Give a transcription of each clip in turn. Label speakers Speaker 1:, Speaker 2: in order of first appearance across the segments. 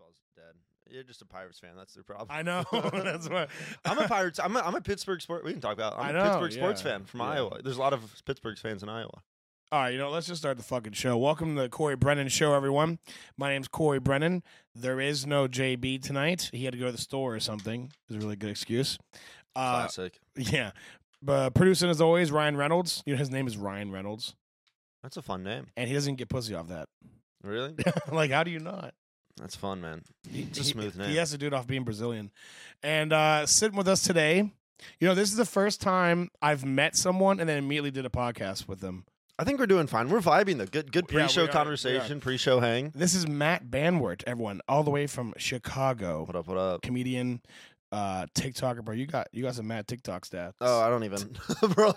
Speaker 1: Miles is dead. You're just a Pirates fan. That's their problem.
Speaker 2: I know. That's why
Speaker 1: I'm a Pirates. I'm a, I'm a Pittsburgh sport. We can talk about. it.
Speaker 2: I
Speaker 1: I'm a
Speaker 2: know,
Speaker 1: Pittsburgh sports
Speaker 2: yeah.
Speaker 1: fan from
Speaker 2: Yeah.
Speaker 1: Iowa. There's a lot of Pittsburgh fans in Iowa.
Speaker 2: All right, you know, let's just start the fucking show. Welcome to the Corey Brennan Show, everyone. My name's Corey Brennan. There is no JB tonight. He had to go to the store or something. Is a really good excuse. Uh,
Speaker 1: Classic.
Speaker 2: yeah. But producing as always, Ryan Reynolds. You know, his name is Ryan Reynolds,
Speaker 1: That's a fun name.
Speaker 2: and he doesn't get pussy off that.
Speaker 1: Really?
Speaker 2: like, how do you not?
Speaker 1: That's fun, man.
Speaker 2: He-
Speaker 1: It's a
Speaker 2: he-
Speaker 1: smooth name.
Speaker 2: He has to do it off being Brazilian. And uh, sitting with us today, you know, this is the first time I've met someone and then immediately did a podcast with them.
Speaker 1: I think we're doing fine. We're vibing though. Good, good
Speaker 2: Yeah, we
Speaker 1: pre-show
Speaker 2: are. We are.
Speaker 1: conversation, pre-show hang.
Speaker 2: This is Matt Banwert, everyone, all the way from Chicago,
Speaker 1: What up? What up?
Speaker 2: comedian, uh, TikToker, bro. You got you got some mad TikTok stats.
Speaker 1: Oh, I don't even, bro.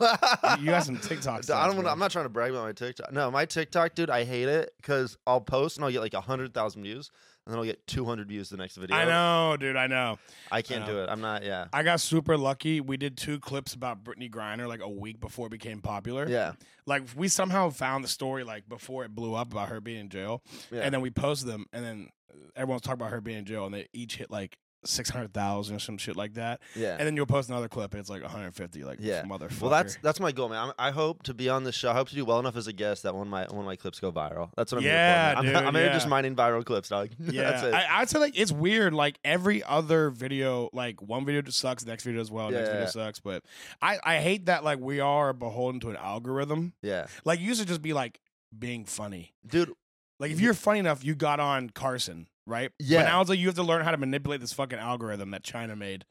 Speaker 2: you got some TikTok stats.
Speaker 1: I don't. Wanna,
Speaker 2: bro.
Speaker 1: I'm not trying to brag about my TikTok. No, my TikTok, dude. I hate it because I'll post and I'll get like hundred thousand views, and then I'll get two hundred views the next video.
Speaker 2: I know, dude. I know.
Speaker 1: I can't
Speaker 2: I
Speaker 1: do it. I'm not. Yeah.
Speaker 2: I got super lucky. We did two clips about Brittany Griner like a week before it became popular.
Speaker 1: Yeah.
Speaker 2: Like we somehow found the story like before it blew up about her being in jail,
Speaker 1: Yeah.
Speaker 2: and then we posted them, and then everyone's talking about her being in jail, and they each hit like six hundred thousand or some shit like that.
Speaker 1: Yeah.
Speaker 2: And then you'll post another clip, and it's like one hundred fifty. Like
Speaker 1: Yeah.
Speaker 2: motherfucker.
Speaker 1: Well, that's that's my goal, man. I'm, I hope to be on this show. I hope to do well enough as a guest that one of my one of my clips go viral. That's what I'm
Speaker 2: Yeah,
Speaker 1: here for. man.
Speaker 2: dude,
Speaker 1: I'm, I'm here
Speaker 2: yeah.
Speaker 1: just mining viral clips, dog.
Speaker 2: Yeah,
Speaker 1: that's it.
Speaker 2: I, I'd say like it's weird. Like every other video, like one video just sucks, next video as well, next
Speaker 1: Yeah.
Speaker 2: video sucks. But I, I hate that like we are beholden to an algorithm.
Speaker 1: yeah,
Speaker 2: Like you used to just be like being funny.
Speaker 1: dude.
Speaker 2: Like if you're funny enough, you got on Carson, right?
Speaker 1: Yeah.
Speaker 2: But now it's like you have to learn how to manipulate this fucking algorithm that China made,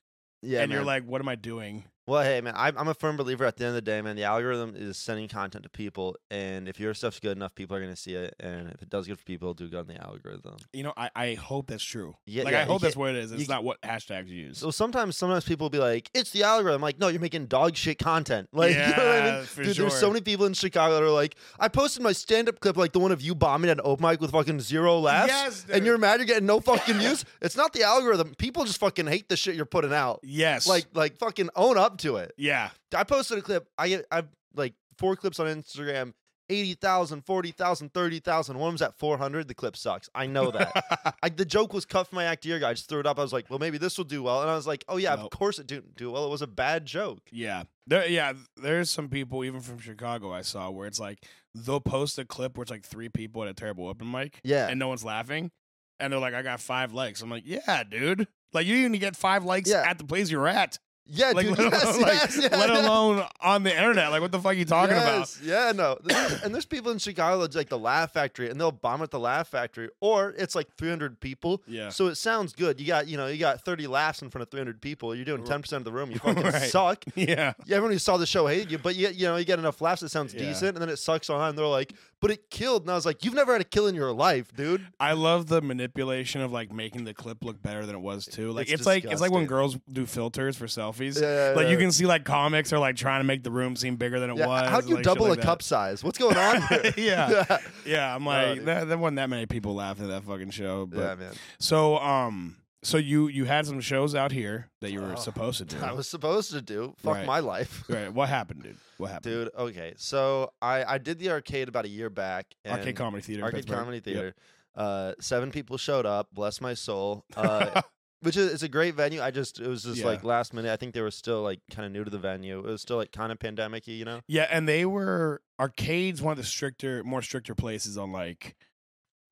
Speaker 1: Yeah,
Speaker 2: and you're
Speaker 1: man.
Speaker 2: like, what am I doing?
Speaker 1: well, hey, man. I'm, I'm a firm believer. At the end of the day, man, the algorithm is sending content to people, and if your stuff's good enough, people are gonna see it. And if it does good for people, do good on the algorithm.
Speaker 2: You know, I, I hope that's true.
Speaker 1: Yeah,
Speaker 2: like
Speaker 1: yeah,
Speaker 2: I hope
Speaker 1: you
Speaker 2: that's what it is. It's
Speaker 1: you-
Speaker 2: not what hashtags you use.
Speaker 1: So sometimes, sometimes people will be like, "It's the algorithm." I'm like, no, you're making dog shit content. Like, you know what I
Speaker 2: Yeah,
Speaker 1: mean?
Speaker 2: for
Speaker 1: Dude, there's so
Speaker 2: sure.
Speaker 1: many people in Chicago that are like, "I posted my stand-up clip, like the one of you bombing at an open mic with fucking zero laughs,
Speaker 2: Yes, dude.
Speaker 1: and you're mad you're getting no fucking views." It's not the algorithm. People just fucking hate the shit you're putting out.
Speaker 2: Yes.
Speaker 1: Like, like fucking own up to it.
Speaker 2: yeah.
Speaker 1: I posted a clip. I get, I've like four clips on Instagram. 80,000, 40,000, 30,000. One was at 400. The clip sucks. I know that. I, the joke was cut from my act year guy. I just threw it up. I was like, well, maybe this will do well. And I was like, oh, yeah,
Speaker 2: Nope.
Speaker 1: of course it didn't do well. It was a bad joke.
Speaker 2: Yeah. There yeah, there's some people even from Chicago I saw where it's like they'll post a clip where it's like three people at a terrible open mic
Speaker 1: Yeah.
Speaker 2: and no one's laughing. And they're like, I got five likes. I'm like, Yeah, dude. Like you didn't even get five likes
Speaker 1: Yeah.
Speaker 2: at the place you're at.
Speaker 1: yeah,
Speaker 2: Like,
Speaker 1: dude.
Speaker 2: let,
Speaker 1: yes,
Speaker 2: alone, like,
Speaker 1: yes, yeah,
Speaker 2: let
Speaker 1: yeah.
Speaker 2: alone on the internet. Like what the fuck are you talking about?
Speaker 1: Yes, Yeah, no. There's- and there's people in Chicago that's like the Laugh Factory, and they'll bomb at the Laugh Factory, or it's like 300 people.
Speaker 2: Yeah.
Speaker 1: So it sounds good. You got, you know, you got 30 laughs in front of 300 people. You're doing
Speaker 2: R-
Speaker 1: 10% of the room. You fucking
Speaker 2: Right.
Speaker 1: suck.
Speaker 2: Yeah.
Speaker 1: Yeah, everyone who saw the show hated you, but you, you know, you get enough laughs that sounds
Speaker 2: Yeah.
Speaker 1: decent, and then it sucks on. And they're like, but it killed. And I was like, you've never had a kill in your life, dude.
Speaker 2: I love the manipulation of like making the clip look better than it was too. Like it's,
Speaker 1: It's
Speaker 2: like it's like when
Speaker 1: disgusting.
Speaker 2: girls do filters for selfies.
Speaker 1: Yeah,
Speaker 2: like
Speaker 1: yeah,
Speaker 2: you can see like comics are like trying to make the room seem bigger than it
Speaker 1: Yeah,
Speaker 2: was.
Speaker 1: How do you
Speaker 2: like, shit
Speaker 1: double
Speaker 2: like
Speaker 1: a
Speaker 2: that.
Speaker 1: cup size? What's going on here?
Speaker 2: yeah,
Speaker 1: yeah.
Speaker 2: yeah. I'm like,
Speaker 1: dude.
Speaker 2: there, there wasn't that many people laughing at that fucking show. But
Speaker 1: Yeah, man.
Speaker 2: so, um, so you you had some shows out here that you were
Speaker 1: Oh,
Speaker 2: supposed to do.
Speaker 1: I was supposed to do. Fuck
Speaker 2: Right.
Speaker 1: my life.
Speaker 2: right. What happened, dude? What happened?
Speaker 1: Dude, okay. So I, I did the arcade about a year back. And
Speaker 2: Arcade Comedy Theater. in
Speaker 1: Arcade
Speaker 2: Pittsburgh.
Speaker 1: Comedy
Speaker 2: Yep.
Speaker 1: Theater. Uh, seven people showed up. Bless my soul. Uh, which is it's a great venue. I just it was just
Speaker 2: Yeah.
Speaker 1: like last minute. I think they were still like kind of new to the venue. It was still like kind of pandemic you know.
Speaker 2: Yeah, and they were arcades one of the stricter, more stricter places on like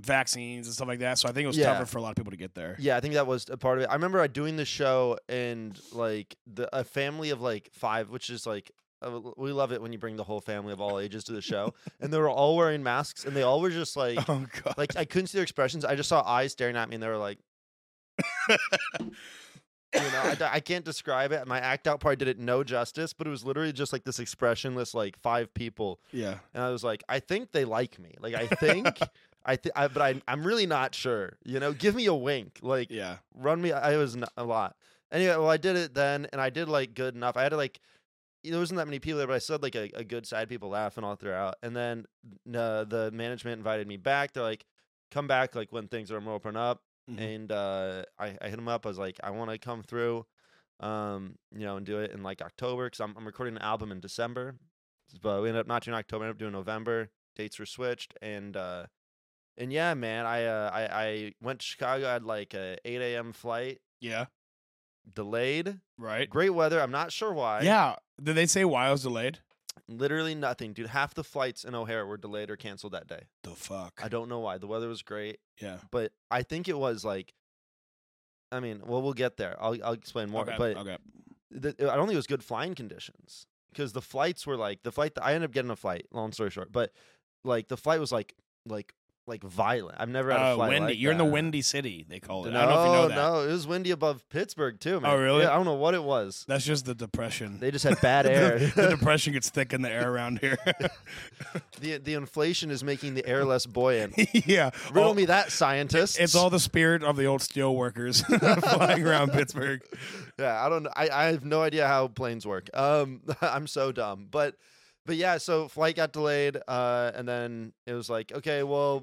Speaker 2: vaccines and stuff like that. So I think it was
Speaker 1: Yeah.
Speaker 2: tougher for a lot of people to get there.
Speaker 1: Yeah, I think that was a part of it. I remember I doing the show and like the a family of like five, which is like uh, we love it when you bring the whole family of all ages to the show, and they were all wearing masks, and they all were just like.
Speaker 2: Oh god.
Speaker 1: Like I couldn't see their expressions. I just saw eyes staring at me, and they were like, you know, I, d- I can't describe it. My act out part did it no justice, but it was literally just like this expressionless, like five people,
Speaker 2: yeah.
Speaker 1: and I was like, I think they like me. Like I think, I, th- I but I, I'm really not sure. You know, give me a wink. Like
Speaker 2: Yeah.
Speaker 1: run me i was n- a lot anyway well i did it then and i did like good enough i had to like there wasn't that many people there but i still had like a, a good side people laughing all throughout and then uh, the management invited me back they're like come back like when things are more open up
Speaker 2: Mhm.
Speaker 1: and uh, I, I hit them up i was like i want to come through um you know and do it in like october because I'm, I'm recording an album in december but we ended up not doing october ended up doing november dates were switched and uh And yeah, man, I uh, I, I went to Chicago. I had like a 8 a.m. flight,
Speaker 2: Yeah.
Speaker 1: delayed.
Speaker 2: Right.
Speaker 1: Great weather. I'm not sure why.
Speaker 2: Yeah. Did they say why I was delayed?
Speaker 1: Literally nothing, dude. Half the flights in O'Hare were delayed or canceled that day.
Speaker 2: The fuck.
Speaker 1: I don't know why. The weather was great,
Speaker 2: yeah.
Speaker 1: but I think it was like, I mean, well, we'll get there. I'll I'll explain more.
Speaker 2: okay.
Speaker 1: But
Speaker 2: okay.
Speaker 1: the, I don't think it was good flying conditions because the flights were like the flight. That, I ended up getting a flight. Long story short, but like the flight was like like like violent. I've never had a
Speaker 2: Uh,
Speaker 1: flight.
Speaker 2: windy.
Speaker 1: like
Speaker 2: You're in the
Speaker 1: that.
Speaker 2: windy city. They call it.
Speaker 1: No,
Speaker 2: I don't know if you know that.
Speaker 1: Oh,
Speaker 2: Oh,
Speaker 1: no, it was windy above Pittsburgh too, man.
Speaker 2: really?
Speaker 1: Yeah, I don't know what it was.
Speaker 2: That's just the depression.
Speaker 1: They just had bad air.
Speaker 2: the, the depression gets thick in the air around here.
Speaker 1: the the inflation is making the air less buoyant.
Speaker 2: yeah.
Speaker 1: Riddle
Speaker 2: All-
Speaker 1: me that, scientists.
Speaker 2: it's all the spirit of the old steel workers flying around Pittsburgh.
Speaker 1: yeah, I don't. I, I have no idea how planes work. Um, I'm so dumb. But, but yeah. So flight got delayed. Uh, and then it was like, okay, well,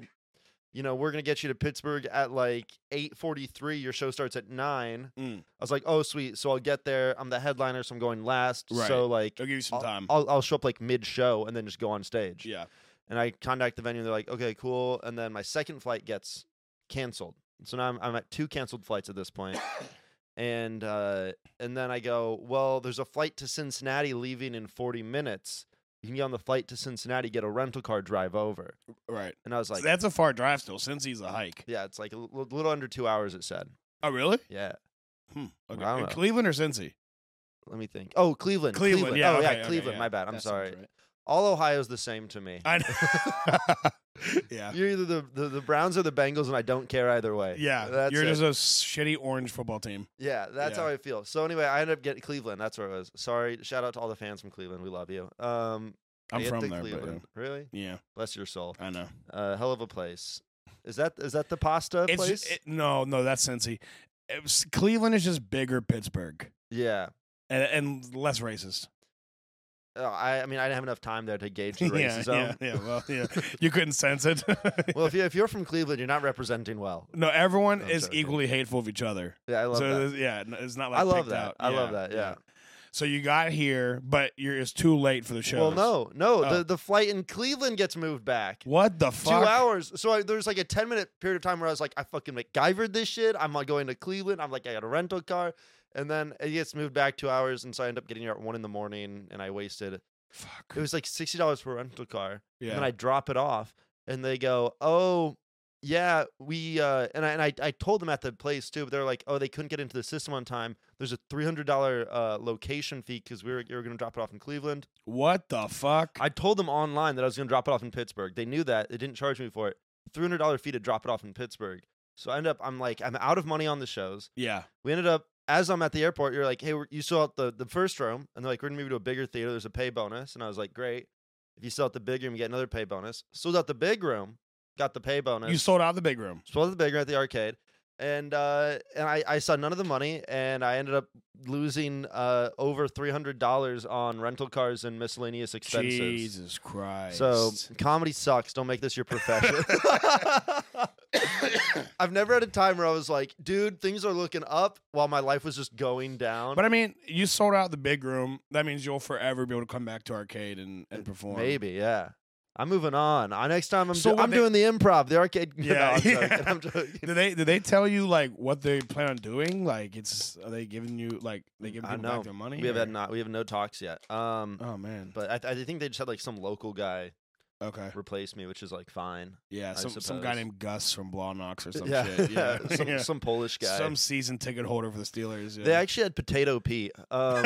Speaker 1: you know, we're gonna get you to Pittsburgh at like 8:43. Your show starts at nine.
Speaker 2: Mm.
Speaker 1: I was like, oh sweet. So I'll get there. I'm the headliner, so I'm going last.
Speaker 2: Right.
Speaker 1: So like,
Speaker 2: I'll give you some
Speaker 1: I'll,
Speaker 2: time.
Speaker 1: I'll, I'll show up like mid show and then just go on stage.
Speaker 2: yeah.
Speaker 1: And I contact the venue. They're like, okay, cool. And then my second flight gets canceled. So now I'm, I'm at two canceled flights at this point. and uh, and then I go, well, there's a flight to Cincinnati leaving in 40 minutes. You can get on the flight to Cincinnati, get a rental car, drive over.
Speaker 2: Right.
Speaker 1: And I was
Speaker 2: So
Speaker 1: like,
Speaker 2: that's a far drive still, since he's a hike.
Speaker 1: yeah, it's like a li- little under two hours. It said,
Speaker 2: Oh, really?
Speaker 1: yeah.
Speaker 2: Hmm. Okay.
Speaker 1: I don't know.
Speaker 2: Cleveland or Cincy?
Speaker 1: Let me think. Oh, Cleveland,
Speaker 2: Cleveland, yeah,
Speaker 1: oh
Speaker 2: okay,
Speaker 1: yeah,
Speaker 2: okay,
Speaker 1: Cleveland.
Speaker 2: yeah.
Speaker 1: My bad. I'm
Speaker 2: That sounds
Speaker 1: sorry.
Speaker 2: right.
Speaker 1: All Ohio's the same to me.
Speaker 2: I know. yeah.
Speaker 1: You're either the, the, the Browns or the Bengals, and I don't care either way.
Speaker 2: Yeah.
Speaker 1: that's
Speaker 2: You're
Speaker 1: it.
Speaker 2: just a shitty orange football team.
Speaker 1: Yeah, that's
Speaker 2: Yeah.
Speaker 1: how I feel. So anyway, I ended up getting Cleveland. That's where it was. Sorry, shout out to all the fans from Cleveland. We love you. Um, I
Speaker 2: I'm
Speaker 1: get to
Speaker 2: from there. But, uh,
Speaker 1: Cleveland. Really?
Speaker 2: yeah. Yeah,
Speaker 1: Bless your soul.
Speaker 2: I know.
Speaker 1: Uh, hell of a place. Is that is that the pasta
Speaker 2: It's
Speaker 1: place?
Speaker 2: it- no, no, that's Cincy. It was- Cleveland is just bigger Pittsburgh
Speaker 1: yeah.
Speaker 2: and, and less racist.
Speaker 1: Oh, I, I mean, I didn't have enough time there to gauge the
Speaker 2: yeah,
Speaker 1: racism.
Speaker 2: yeah, yeah. Well, yeah, you couldn't sense it.
Speaker 1: Well, if you if you're from Cleveland, you're not representing well.
Speaker 2: no, everyone
Speaker 1: I'm
Speaker 2: is
Speaker 1: joking.
Speaker 2: equally hateful of each other.
Speaker 1: Yeah, I love
Speaker 2: so
Speaker 1: that.
Speaker 2: it's- yeah, n- it's not like
Speaker 1: I love
Speaker 2: picked
Speaker 1: that.
Speaker 2: out.
Speaker 1: I love that, yeah.
Speaker 2: So you got here, but you're it's too late for the show.
Speaker 1: Well, no, no,
Speaker 2: Oh.
Speaker 1: the the flight in Cleveland gets moved back.
Speaker 2: What the fuck?
Speaker 1: Two hours. So I, there's like a 10 minute period of time where I was like, I fucking MacGyvered this shit. I'm like going to Cleveland. I'm like, I got a rental car. And then it gets moved back two hours. And so I end up getting here at one in the morning and I wasted, it
Speaker 2: Fuck.
Speaker 1: was like $60 for a rental car.
Speaker 2: Yeah.
Speaker 1: And then I drop it off and they go, Oh, yeah, we, uh, and I, and I, I told them at the place too, but they're like, Oh, they couldn't get into the system on time. There's a $300 uh, location fee because we were, you were going to drop it off in Cleveland.
Speaker 2: what the fuck?
Speaker 1: I told them online that I was going to drop it off in Pittsburgh. They knew that. They didn't charge me for it. Three hundred dollar fee to drop it off in Pittsburgh. So I end up. I'm like, I'm out of money on the shows.
Speaker 2: yeah.
Speaker 1: We ended up as I'm at the airport. You're like, hey, we're, you sold out the the first room, and they're like, we're gonna move you to a bigger theater. There's a pay bonus, and I was like, great. If you sell out the big room, you get another pay bonus. Sold out the big room, got the pay bonus.
Speaker 2: You sold out the big room.
Speaker 1: sold out the big room at the arcade. And uh, and I, I saw none of the money, and I ended up losing uh, over three hundred dollars on rental cars and miscellaneous expenses.
Speaker 2: Jesus Christ.
Speaker 1: So comedy sucks. Don't make this your profession. I've never had a time where I was like, dude, things are looking up while my life was just going down.
Speaker 2: But I mean, you sold out the big room. That means you'll forever be able to come back to arcade and, and perform.
Speaker 1: Maybe, yeah. I'm moving on. I, next time I'm,
Speaker 2: So
Speaker 1: do-
Speaker 2: what
Speaker 1: I'm
Speaker 2: they-
Speaker 1: doing the improv, the arcade. no,
Speaker 2: Yeah,
Speaker 1: I'm joking,
Speaker 2: yeah.
Speaker 1: I'm joking.
Speaker 2: Did they did they tell you like what they plan on doing? Like it's are they giving you like they giving
Speaker 1: I
Speaker 2: people
Speaker 1: know.
Speaker 2: back their money?
Speaker 1: We have
Speaker 2: or-
Speaker 1: had not. We have no talks yet. Um,
Speaker 2: Oh man.
Speaker 1: but I, th- I think they just had like some local guy
Speaker 2: okay.
Speaker 1: replace me, which is like fine.
Speaker 2: Yeah.
Speaker 1: I
Speaker 2: Some some guy
Speaker 1: suppose.
Speaker 2: named Gus from Blah Knox or some shit. Yeah.
Speaker 1: some,
Speaker 2: Yeah.
Speaker 1: some Polish guy.
Speaker 2: Some season ticket holder for the Steelers.
Speaker 1: They
Speaker 2: Yeah.
Speaker 1: actually had Potato Pete. Um,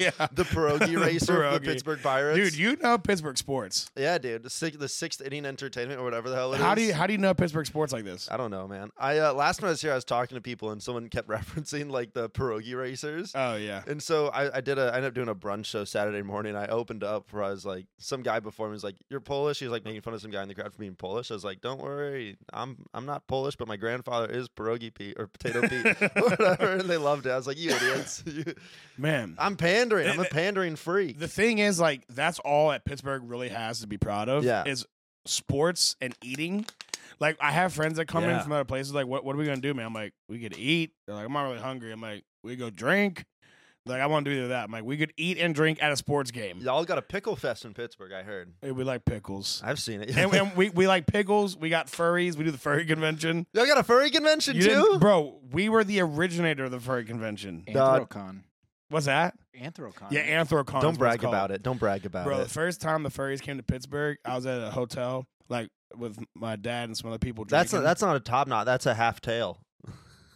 Speaker 2: yeah.
Speaker 1: the pierogi
Speaker 2: The
Speaker 1: racer of
Speaker 2: pierogi.
Speaker 1: the Pittsburgh Pirates.
Speaker 2: Dude, you know Pittsburgh sports.
Speaker 1: yeah, dude, the sixth, the sixth inning entertainment or whatever the hell it is.
Speaker 2: How do you how do you know Pittsburgh sports like this?
Speaker 1: I don't know, man. I uh, last time I was here, I was talking to people, and someone kept referencing like the pierogi racers.
Speaker 2: Oh yeah.
Speaker 1: and so I, I did a I ended up doing a brunch show Saturday morning. I opened up where I was like, some guy before me was like, "You're Polish." He was like making fun of some guy in the crowd for being Polish. I was like, "Don't worry, I'm I'm not Polish, but my grandfather is pierogi Pete or potato Pete, or whatever." And they loved it. I was like, "You idiots! You-
Speaker 2: Man.
Speaker 1: I'm pandering. I'm a
Speaker 2: Th-
Speaker 1: pandering freak."
Speaker 2: The thing is, like, that's all that Pittsburgh really has to be proud of.
Speaker 1: Yeah.
Speaker 2: Is sports and eating. Like, I have friends that come in
Speaker 1: Yeah.
Speaker 2: from other places, like, what, what are we gonna do, man? I'm like, we could eat. They're like, I'm not really hungry. I'm like, we go drink. Like I want to do either that. I'm like, we could eat and drink at a sports game.
Speaker 1: Y'all got a pickle fest in Pittsburgh. I heard.
Speaker 2: Hey, We like pickles.
Speaker 1: I've seen it.
Speaker 2: and, and we, we like pickles. We got furries. We do the furry convention.
Speaker 1: Y'all got a furry convention
Speaker 2: You didn't-
Speaker 1: too?
Speaker 2: bro. We were the originator of the furry convention.
Speaker 1: Dog.
Speaker 3: Anthrocon.
Speaker 2: What's that?
Speaker 3: Anthrocon.
Speaker 2: Yeah, Anthrocon.
Speaker 1: Don't brag about it. Don't brag about
Speaker 2: bro. The
Speaker 1: it.
Speaker 2: first time the furries came to Pittsburgh, I was at a hotel like with my dad and some other people.
Speaker 1: That's a,
Speaker 2: drinking.
Speaker 1: that's not a top knot. That's a half tail.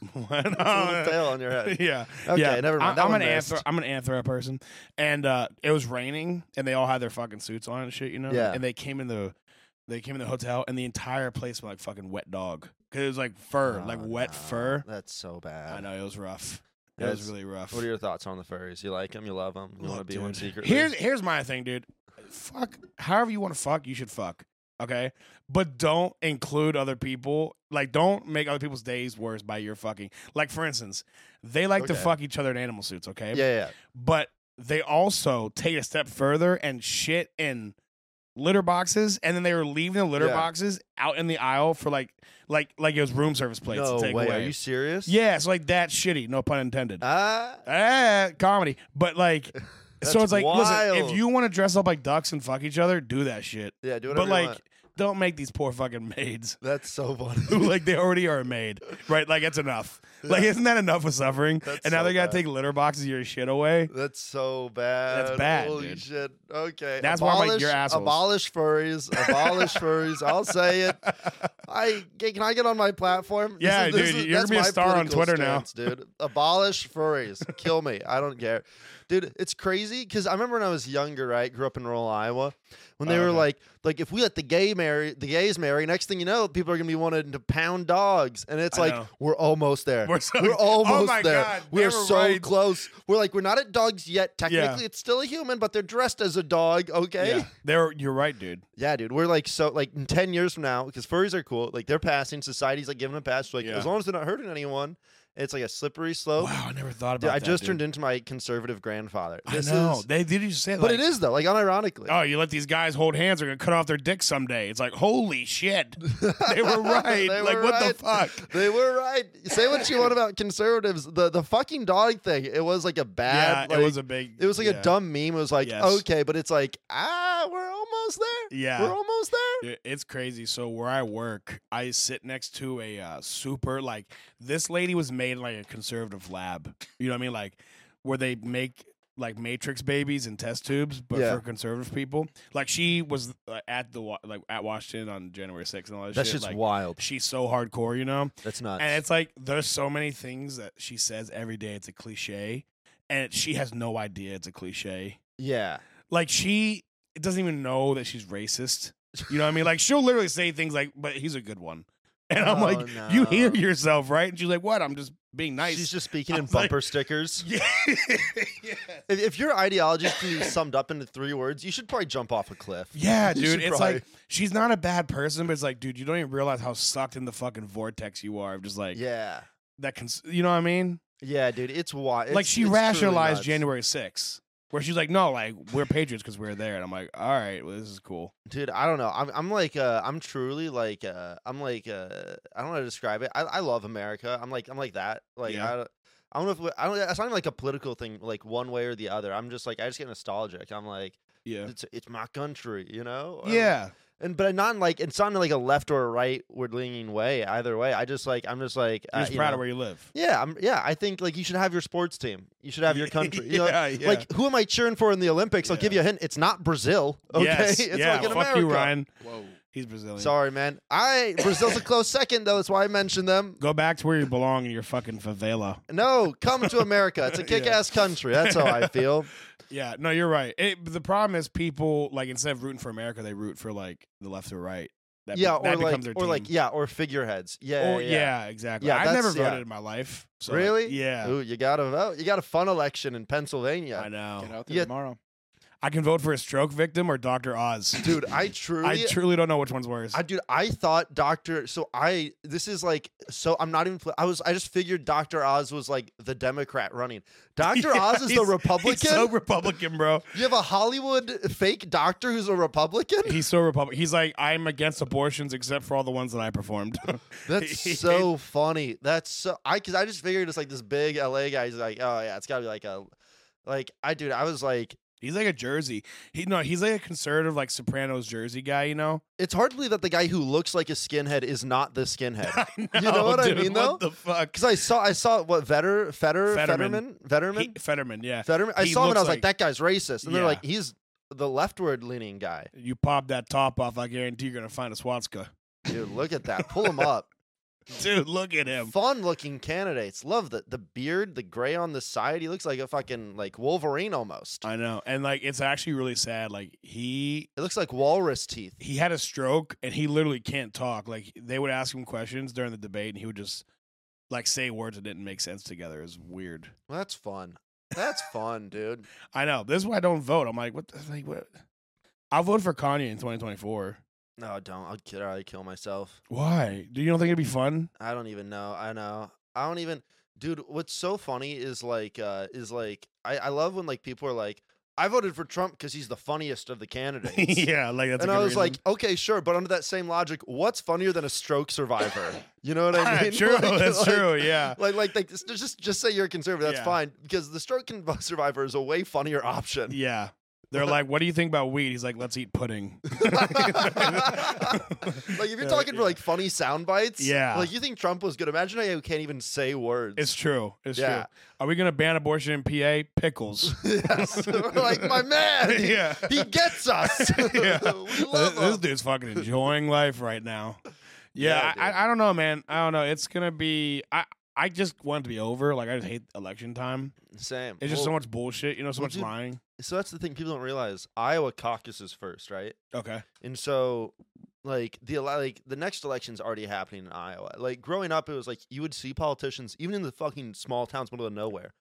Speaker 2: what?
Speaker 1: That's a little tail on your head.
Speaker 2: yeah.
Speaker 1: Okay,
Speaker 2: yeah.
Speaker 1: never mind.
Speaker 2: I,
Speaker 1: That
Speaker 2: am
Speaker 1: one
Speaker 2: an
Speaker 1: missed.
Speaker 2: anthro. I'm an anthro person, and uh, it was raining, and they all had their fucking suits on and shit, you know.
Speaker 1: Yeah.
Speaker 2: And they came in the, they came in the hotel, and the entire place smelled like fucking wet dog because it was like fur, like
Speaker 1: Oh,
Speaker 2: wet
Speaker 1: no.
Speaker 2: fur.
Speaker 1: That's so bad.
Speaker 2: I know it was rough. It
Speaker 1: Yeah,
Speaker 2: was
Speaker 1: it's-
Speaker 2: really rough.
Speaker 1: What are your thoughts on the furries? You like them? You love them? You want to
Speaker 2: Look,
Speaker 1: be one
Speaker 2: dude,
Speaker 1: secretly?
Speaker 2: Here's here's my thing, dude. Fuck. However you want to fuck, you should fuck. Okay, but don't include other people. Like, don't make other people's days worse by your fucking. Like, for instance, they like to
Speaker 1: Okay.
Speaker 2: fuck each other in animal suits. Okay,
Speaker 1: yeah, yeah.
Speaker 2: but they also take it a step further and shit in litter boxes, and then they were leaving the litter
Speaker 1: Yeah.
Speaker 2: boxes out in the aisle for like, like, like it was room service plates.
Speaker 1: No
Speaker 2: to take
Speaker 1: way. Are
Speaker 2: Away.
Speaker 1: you serious?
Speaker 2: yeah, it's like that shitty. No pun intended.
Speaker 1: Ah,
Speaker 2: Eh, comedy, but like so
Speaker 1: That's
Speaker 2: it's like, listen,
Speaker 1: wild.
Speaker 2: if you want to dress up like ducks and fuck each other, do that shit.
Speaker 1: yeah. Do whatever.
Speaker 2: But
Speaker 1: you
Speaker 2: like,
Speaker 1: want.
Speaker 2: don't make these poor fucking maids
Speaker 1: that's so
Speaker 2: who
Speaker 1: funny.
Speaker 2: like they already are a maid, right? Like that's enough. Like isn't that enough of suffering?
Speaker 1: That's
Speaker 2: and now
Speaker 1: so
Speaker 2: they gotta
Speaker 1: bad.
Speaker 2: take litter boxes of your shit away.
Speaker 1: That's so bad.
Speaker 2: bad,
Speaker 1: Holy
Speaker 2: dude.
Speaker 1: shit. Okay.
Speaker 2: That's why I'm
Speaker 1: abolish,
Speaker 2: like, you're assholes.
Speaker 1: Abolish furries. Abolish furries. I'll say it. I hey, can I get on my platform? This
Speaker 2: Yeah,
Speaker 1: is- this
Speaker 2: dude,
Speaker 1: is-
Speaker 2: you're
Speaker 1: that's
Speaker 2: gonna be a
Speaker 1: my
Speaker 2: star on
Speaker 1: political
Speaker 2: Twitter now.
Speaker 1: stance, dude. Abolish furries. Kill me. I don't care, dude. It's crazy because I remember when I was younger, right? Grew up in rural Iowa, when they
Speaker 2: Oh,
Speaker 1: were
Speaker 2: okay.
Speaker 1: like, like if we let the gay marry, the gays marry. Next thing you know, people are gonna be wanting to pound dogs, and it's
Speaker 2: I
Speaker 1: like
Speaker 2: know.
Speaker 1: we're almost there.
Speaker 2: We're so-
Speaker 1: We're
Speaker 2: Oh
Speaker 1: almost
Speaker 2: my
Speaker 1: there.
Speaker 2: God, they
Speaker 1: we're
Speaker 2: were
Speaker 1: so
Speaker 2: right.
Speaker 1: close. We're like we're not at dogs yet.
Speaker 2: Yeah.
Speaker 1: Technically, it's still a human, but they're dressed as a dog. Okay.
Speaker 2: Yeah. They're you're right, dude.
Speaker 1: Yeah, dude, we're like so like in ten years from now because furries are cool. Like they're passing, society's like giving them a pass. Like
Speaker 2: Yeah.
Speaker 1: as long as they're not hurting anyone, it's like a slippery slope.
Speaker 2: Wow, I never thought about
Speaker 1: Dude,
Speaker 2: that.
Speaker 1: I just
Speaker 2: dude.
Speaker 1: turned into my conservative grandfather.
Speaker 2: I
Speaker 1: This
Speaker 2: know.
Speaker 1: is,
Speaker 2: they did you say
Speaker 1: but
Speaker 2: like,
Speaker 1: it is though, like unironically.
Speaker 2: Oh, you let these guys hold hands, they're gonna cut off their dick someday. It's like, holy shit. They were right.
Speaker 1: They
Speaker 2: like
Speaker 1: were
Speaker 2: what
Speaker 1: right.
Speaker 2: the fuck?
Speaker 1: They were right. Say what you want about conservatives. The the fucking dog thing. It was like a
Speaker 2: Yeah,
Speaker 1: bad.
Speaker 2: it
Speaker 1: like-
Speaker 2: was a big
Speaker 1: It was like
Speaker 2: yeah.
Speaker 1: a dumb meme. It was like,
Speaker 2: Yes.
Speaker 1: okay, but it's like, ah, we're almost there.
Speaker 2: Yeah.
Speaker 1: We're almost there.
Speaker 2: Dude, it's crazy. So where I work, I sit next to a uh, super like this lady was made in like a conservative lab. You know what I mean? Like where they make like matrix babies and test tubes, but
Speaker 1: Yeah.
Speaker 2: for conservative people. Like she was uh, at the wa- like at Washington on January 6th and all that,
Speaker 1: That
Speaker 2: shit.
Speaker 1: shit's
Speaker 2: like,
Speaker 1: wild.
Speaker 2: She's so hardcore, you know.
Speaker 1: That's nuts.
Speaker 2: And it's like there's so many things that she says every day. It's a cliche, and she has no idea it's a cliche
Speaker 1: yeah.
Speaker 2: like she doesn't even know that she's racist. You know what I mean? Like she'll literally say things like, "But he's a good one," and I'm
Speaker 1: Oh,
Speaker 2: like, "You hear
Speaker 1: no.
Speaker 2: yourself, right?" And she's like, "What? I'm just being
Speaker 1: She's
Speaker 2: nice."
Speaker 1: just speaking
Speaker 2: I
Speaker 1: in
Speaker 2: was like-
Speaker 1: bumper stickers.
Speaker 2: yeah.
Speaker 1: If, if your ideology can be summed up into three words, you should probably jump off a cliff.
Speaker 2: Yeah,
Speaker 1: You
Speaker 2: dude.
Speaker 1: should
Speaker 2: It's like
Speaker 1: probably-
Speaker 2: she's not a bad person, but it's like, dude, you don't even realize how sucked in the fucking vortex you are. of Just like
Speaker 1: yeah,
Speaker 2: that, cons- you know what I mean?
Speaker 1: yeah, dude. It's wild.
Speaker 2: like she rationalized January 6th, where she's like, "No, like we're patriots because we're there," and I'm like, "All right, well, this is cool."
Speaker 1: dude. I don't know. I'm, I'm like, uh, I'm truly like, uh, I'm like, uh, I don't know how to describe it. I, I love America. I'm like, I'm like that. Like,
Speaker 2: Yeah.
Speaker 1: I don't. I don't know if I don't. It's not even like a political thing, like one way or the other. I'm just like I just get nostalgic. I'm like,
Speaker 2: Yeah.
Speaker 1: it's it's my country, you know. I'm-
Speaker 2: Yeah.
Speaker 1: and but not in like it's not in like a left or a rightward leaning way either way. I just like I'm just like
Speaker 2: You're
Speaker 1: uh,
Speaker 2: just
Speaker 1: you
Speaker 2: proud
Speaker 1: know,
Speaker 2: of where you live.
Speaker 1: Yeah, I'm, yeah. I think like you should have your sports team. You should have your country. You know,
Speaker 2: yeah, yeah.
Speaker 1: Like who am I cheering for in the Olympics? I'll give you a hint. It's not Brazil. Okay,
Speaker 2: Yes,
Speaker 1: it's
Speaker 2: yeah,
Speaker 1: like in
Speaker 2: fuck
Speaker 1: America.
Speaker 2: you, Ryan.
Speaker 3: Whoa.
Speaker 2: He's Brazilian.
Speaker 1: Sorry, man. I Brazil's a close second though. That's why I mentioned them.
Speaker 2: Go back to where you belong in your fucking favela.
Speaker 1: No, come to America. It's a
Speaker 2: Yeah.
Speaker 1: kick-ass country. That's how I feel.
Speaker 2: Yeah, no, you're right. It, the problem is people like instead of rooting for America, they root for like the left or right. That be-
Speaker 1: yeah, or
Speaker 2: that
Speaker 1: like,
Speaker 2: becomes their
Speaker 1: or
Speaker 2: team.
Speaker 1: like, yeah, or figureheads. Yeah,
Speaker 2: Or-
Speaker 1: yeah.
Speaker 2: yeah, exactly.
Speaker 1: Yeah,
Speaker 2: I've never
Speaker 1: that's- yeah.
Speaker 2: voted in my life. So like,
Speaker 1: Really?
Speaker 2: yeah,
Speaker 1: Ooh, you got a vote. You got a fun election in
Speaker 2: I
Speaker 1: Pennsylvania,
Speaker 3: Get
Speaker 2: know.
Speaker 3: out there
Speaker 1: Yeah.
Speaker 3: tomorrow.
Speaker 2: I can vote for a stroke victim or Dr. Oz.
Speaker 1: dude. I truly,
Speaker 2: I truly don't know which one's worse.
Speaker 1: I dude, I thought Doctor. So I this is like so. I'm not even. fl- I was. I just figured Doctor Oz was like the Democrat running. Doctor
Speaker 2: Yeah,
Speaker 1: Oz is the
Speaker 2: he's-
Speaker 1: Republican.
Speaker 2: He's so Republican, bro.
Speaker 1: you have a Hollywood fake doctor who's a Republican.
Speaker 2: He's so Republican. He's like, I'm against abortions except for all the ones that I performed. He-
Speaker 1: That's so funny. That's so. I because I just figured it's like this big LA guy. He's like, oh yeah, it's got to be like a Like I dude, I was like,
Speaker 2: He's like a Jersey. He no, he's like a conservative, like Sopranos Jersey guy. You know.
Speaker 1: it's hard to believe that the guy who looks like a skinhead is not the skinhead.
Speaker 2: I
Speaker 1: know what I
Speaker 2: dude,
Speaker 1: mean, though?
Speaker 2: What the fuck?
Speaker 1: Because I saw I saw what Vetter Fetter Fetterman
Speaker 2: Fetterman.
Speaker 1: Fetterman
Speaker 2: He- Fetterman, yeah.
Speaker 1: Fetterman. I
Speaker 2: he
Speaker 1: saw him and I was
Speaker 2: looks
Speaker 1: like, that guy's racist, and they're
Speaker 2: Yeah.
Speaker 1: like, he's the leftward leaning guy.
Speaker 2: You pop that top off, I guarantee you're gonna find a swastika.
Speaker 1: Dude, look at that. Pull him up.
Speaker 2: Dude, look at him.
Speaker 1: Fun looking candidates. Love the the beard, the gray on the side. He looks like a fucking like Wolverine almost.
Speaker 2: I know, and like it's actually really sad. Like he
Speaker 1: It looks like walrus teeth.
Speaker 2: he had a stroke, and he literally can't talk. Like they would ask him questions during the debate, and he would just like say words that didn't make sense together. It's weird.
Speaker 1: Well, that's fun. That's fun, dude.
Speaker 2: I know. This is why I don't vote. I'm like, what? The, like what? I'll vote for Kanye in 2024.
Speaker 1: No, don't. I'll kill. I'll kill myself.
Speaker 2: Why? Do you don't think it'd be fun?
Speaker 1: I don't even know. I know. I don't even. Dude, what's so funny is like, uh, is like, I, I love when like people are like, I voted for Trump because he's the funniest of the candidates.
Speaker 2: yeah, like that's.
Speaker 1: and
Speaker 2: a
Speaker 1: I
Speaker 2: good
Speaker 1: was
Speaker 2: reason.
Speaker 1: like, okay, sure, but under that same logic, what's funnier than a stroke survivor? You know what I mean?
Speaker 2: true.
Speaker 1: Like-
Speaker 2: that's
Speaker 1: like-
Speaker 2: true. Yeah.
Speaker 1: Like, like, like just, just just say you're a conservative. That's
Speaker 2: Yeah.
Speaker 1: fine because the stroke con- survivor is a way funnier option.
Speaker 2: Yeah. They're like, what do you think about weed? He's like, let's eat pudding.
Speaker 1: like if you're talking for like funny sound bites,
Speaker 2: Yeah.
Speaker 1: Like you think Trump was good? Imagine a guy who can't even say words.
Speaker 2: It's true. It's
Speaker 1: Yeah.
Speaker 2: true. Are we gonna ban abortion in PA? Pickles.
Speaker 1: Yes. We're like my man. he-
Speaker 2: yeah.
Speaker 1: He gets us.
Speaker 2: yeah.
Speaker 1: we love
Speaker 2: this
Speaker 1: him.
Speaker 2: dude's fucking enjoying life right now.
Speaker 1: Yeah,
Speaker 2: Yeah, I,
Speaker 1: dude.
Speaker 2: I, I don't know, man. I don't know. It's gonna be. I I just want it to be over. Like I just hate election time.
Speaker 1: Same.
Speaker 2: It's just so
Speaker 1: Well,
Speaker 2: much bullshit. You know, so
Speaker 1: well,
Speaker 2: much
Speaker 1: dude-
Speaker 2: lying.
Speaker 1: so that's the thing people don't realize. Iowa caucuses first, right?
Speaker 2: Okay.
Speaker 1: And so like the ele- like the next election's already happening in Iowa. Like growing up, it was like you would see politicians even in the fucking small towns, middle of nowhere.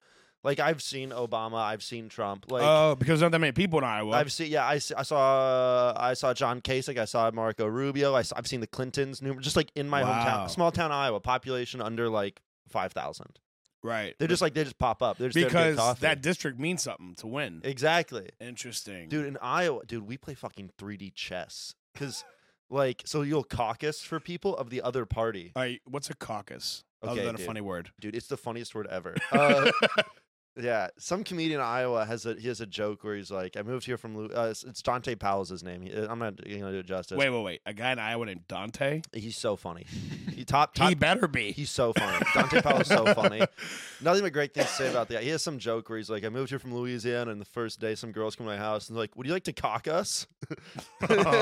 Speaker 1: Like I've seen Obama, I've seen Trump. Like
Speaker 2: Oh, because there's not that many people in Iowa.
Speaker 1: I've seen, yeah, I, s- I saw, I saw John Kasich, I saw Marco Rubio, I have seen the Clintons, numer- just like in my
Speaker 2: Wow.
Speaker 1: hometown, small town Iowa, population under like five thousand.
Speaker 2: right.
Speaker 1: They're just like they just pop up. They're just there to get
Speaker 2: because
Speaker 1: coffee.
Speaker 2: that district means something to win.
Speaker 1: exactly,
Speaker 2: Interesting,
Speaker 1: dude. In Iowa, dude, we play fucking three D chess because, like, so you'll caucus for people of the other party,
Speaker 2: All right, what's a caucus?
Speaker 1: Okay,
Speaker 2: other than
Speaker 1: dude.
Speaker 2: a funny word.
Speaker 1: dude. It's the funniest word ever. Uh, yeah, some comedian in Iowa has a he has a joke where he's like, "I moved here from Lou- uh, it's- it's Dante Powell's his name. He- I'm not gonna do it justice.
Speaker 2: wait, wait, wait. A guy in Iowa named Dante.
Speaker 1: He's so funny. He top top
Speaker 2: He better be.
Speaker 1: He's so funny. Dante Powell's so funny. Nothing but great things to say about the guy. He has some joke where he's like, I moved here from Louisiana, and the first day some girls come to my house and they're like, Would you like to cock us?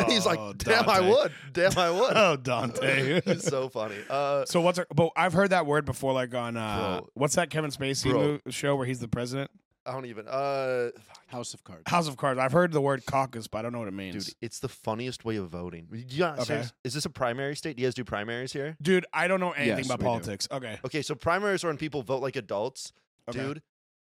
Speaker 1: he's like,
Speaker 2: Oh,
Speaker 1: Damn, I
Speaker 2: Dante.
Speaker 1: would. Damn, I would.
Speaker 2: Oh, Dante.
Speaker 1: he's so funny. Uh,
Speaker 2: so what's? Our, but I've heard that word before. Like on uh,
Speaker 1: Bro.
Speaker 2: what's that Kevin Spacey
Speaker 1: Bro.
Speaker 2: mo- show where he's the president?
Speaker 1: I don't even. Uh,
Speaker 3: House of Cards.
Speaker 2: House of Cards. I've heard the word caucus, but I don't know what it means.
Speaker 1: dude, it's the funniest way of voting. Yeah,
Speaker 2: Okay.
Speaker 1: Is this a primary state? Do you guys do primaries here?
Speaker 2: Dude, I don't know anything
Speaker 3: Yes,
Speaker 2: about
Speaker 3: we do.
Speaker 2: politics. Okay.
Speaker 1: Okay, so primaries are when people vote like adults.
Speaker 2: okay.
Speaker 1: dude.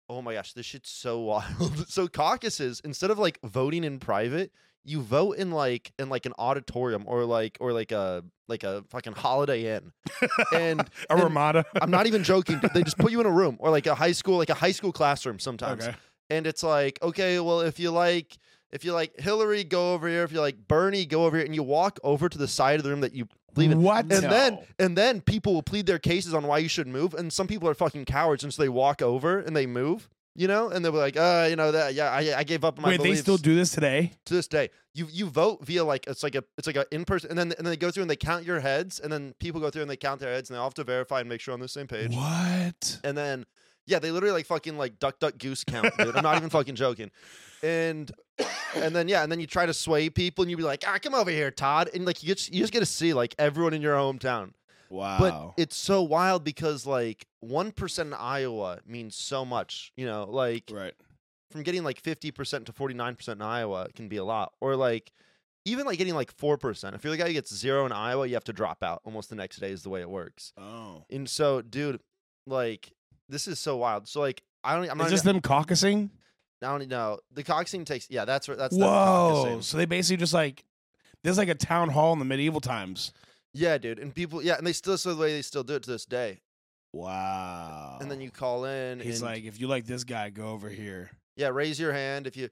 Speaker 1: Oh my gosh, this shit's so wild. so caucuses, instead of like voting in private, you vote in like in like an auditorium or like or like a like a fucking Holiday Inn. And
Speaker 2: a
Speaker 1: and
Speaker 2: Ramada.
Speaker 1: I'm not even joking. dude. They just put you in a room or like a high school like a high school classroom sometimes.
Speaker 2: okay.
Speaker 1: And it's like, okay, well if you like if you like Hillary, go over here. If you like Bernie, go over here. And you walk over to the side of the room that you believe in.
Speaker 2: What?
Speaker 1: And then
Speaker 3: No.
Speaker 1: and then people will plead their cases on why you should move, and some people are fucking cowards, and so they walk over and they move, you know, and they're like, uh, you know that, yeah, I, I gave up on my
Speaker 2: wait, they
Speaker 1: beliefs
Speaker 2: still do this today?
Speaker 1: to this day. You you vote via like it's like a it's like a in person, and then and then they go through and they count your heads, and then people go through and they count their heads, and they all have to verify and make sure on the same page,
Speaker 2: What?
Speaker 1: and then. Yeah, they literally like fucking like duck duck goose count, dude. I'm not even fucking joking. And and then yeah, and then you try to sway people and you be like, ah, come over here, Todd. And like you just you just get to see like everyone in your hometown.
Speaker 2: Wow.
Speaker 1: But it's so wild because like one percent in Iowa means so much. You know, like
Speaker 2: right.
Speaker 1: from getting like fifty percent to forty nine percent in Iowa can be a lot. Or like even like getting like four percent. If you're the guy who gets zero in Iowa, you have to drop out almost the next day is the way it works.
Speaker 2: Oh.
Speaker 1: And so, dude, like this is so wild. So like I don't I'm
Speaker 2: Is
Speaker 1: not
Speaker 2: this
Speaker 1: even,
Speaker 2: them caucusing?
Speaker 1: I don't know. The coxing takes yeah, that's right that's the
Speaker 2: Whoa!
Speaker 1: coxing.
Speaker 2: So they basically just like there's like a town hall in the medieval times.
Speaker 1: Yeah, dude. And people yeah, and they still so the way they still do it to this day.
Speaker 2: Wow!
Speaker 1: And then you call in
Speaker 2: Oh. he's
Speaker 1: and
Speaker 2: like, if you like this guy, go over here.
Speaker 1: Yeah, raise your hand if you.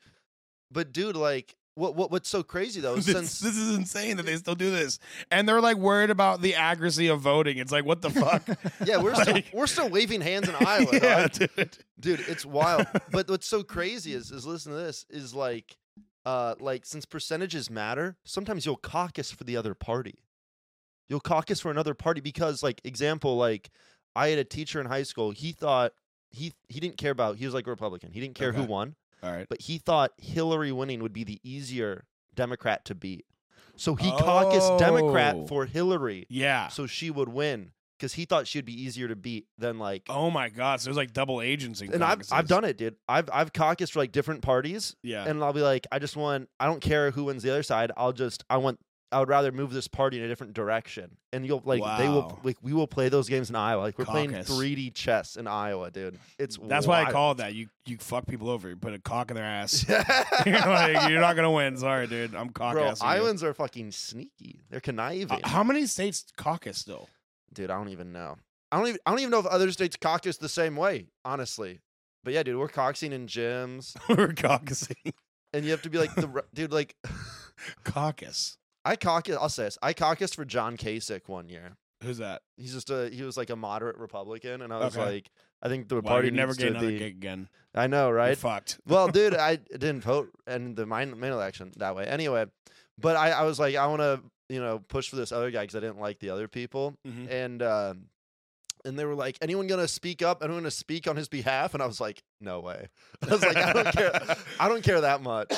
Speaker 1: But dude, like What, what what's so crazy though? is
Speaker 2: This,
Speaker 1: Oh, since
Speaker 2: this is insane that they still do this, and they're like worried about the accuracy of voting. It's like, what the fuck?
Speaker 1: yeah, we're still,
Speaker 2: Like-
Speaker 1: we're still waving hands in Iowa,
Speaker 2: yeah,
Speaker 1: dog.
Speaker 2: dude.
Speaker 1: dude. It's wild. but what's so crazy is is listen to this is like, uh, like since percentages matter, sometimes you'll caucus for the other party. You'll caucus for another party because, like, example, like I had a teacher in high school. He thought he he didn't care about. He was like a Republican. He didn't care who
Speaker 2: Okay.
Speaker 1: won.
Speaker 2: All right.
Speaker 1: but he thought Hillary winning would be the easier Democrat to beat. So he caucused
Speaker 2: Oh.
Speaker 1: Democrat for Hillary
Speaker 2: Yeah.
Speaker 1: so she would win because he thought she'd be easier to beat than like.
Speaker 2: Oh my god. So there's like double agency.
Speaker 1: and I've, I've
Speaker 2: caucuses.
Speaker 1: done it, dude. I've, I've caucused for like different parties
Speaker 2: Yeah.
Speaker 1: and I'll be like, I just want, I don't care who wins the other side. I'll just, I want, I would rather move this party in a different direction. And you'll like, they will,
Speaker 2: Wow.
Speaker 1: like, we will play those games in Iowa. Like, we're playing
Speaker 2: Caucus.
Speaker 1: 3D chess in Iowa, dude. It's
Speaker 2: That's why I
Speaker 1: wild.
Speaker 2: call it that. You you fuck people over. You put a cock in their ass. you're
Speaker 1: it.
Speaker 2: like, you're not gonna win. Sorry, dude. I'm cock
Speaker 1: Bro,
Speaker 2: assing you.
Speaker 1: islands are fucking sneaky. They're
Speaker 2: Uh,
Speaker 1: conniving,
Speaker 2: how many states caucus still?
Speaker 1: dude. I don't even know. I don't even. I don't even know if other states caucus the same way, honestly. But yeah, dude, we're caucusing in gyms,
Speaker 2: We're caucusing.
Speaker 1: and you have to be like the re- dude. Like,
Speaker 2: Caucus.
Speaker 1: I caucus. I'll say this. I caucused for John Kasich one year.
Speaker 2: Who's that?
Speaker 1: He's just a. He was like a moderate Republican, and I was
Speaker 2: Okay.
Speaker 1: like, I think the
Speaker 2: Well,
Speaker 1: party
Speaker 2: you never
Speaker 1: needs
Speaker 2: get
Speaker 1: to
Speaker 2: another
Speaker 1: be-
Speaker 2: gig again.
Speaker 1: I know,
Speaker 2: You're
Speaker 1: right?
Speaker 2: fucked.
Speaker 1: well, dude, I didn't vote in the main, main election that way. Anyway, but I, I was like, I want to, you know, push for this other guy because I didn't like the other people,
Speaker 2: Mhm.
Speaker 1: and uh, and they were like, anyone gonna speak up? Anyone gonna speak on his behalf? And I was like, no way. I was like, I don't care. I don't care that much.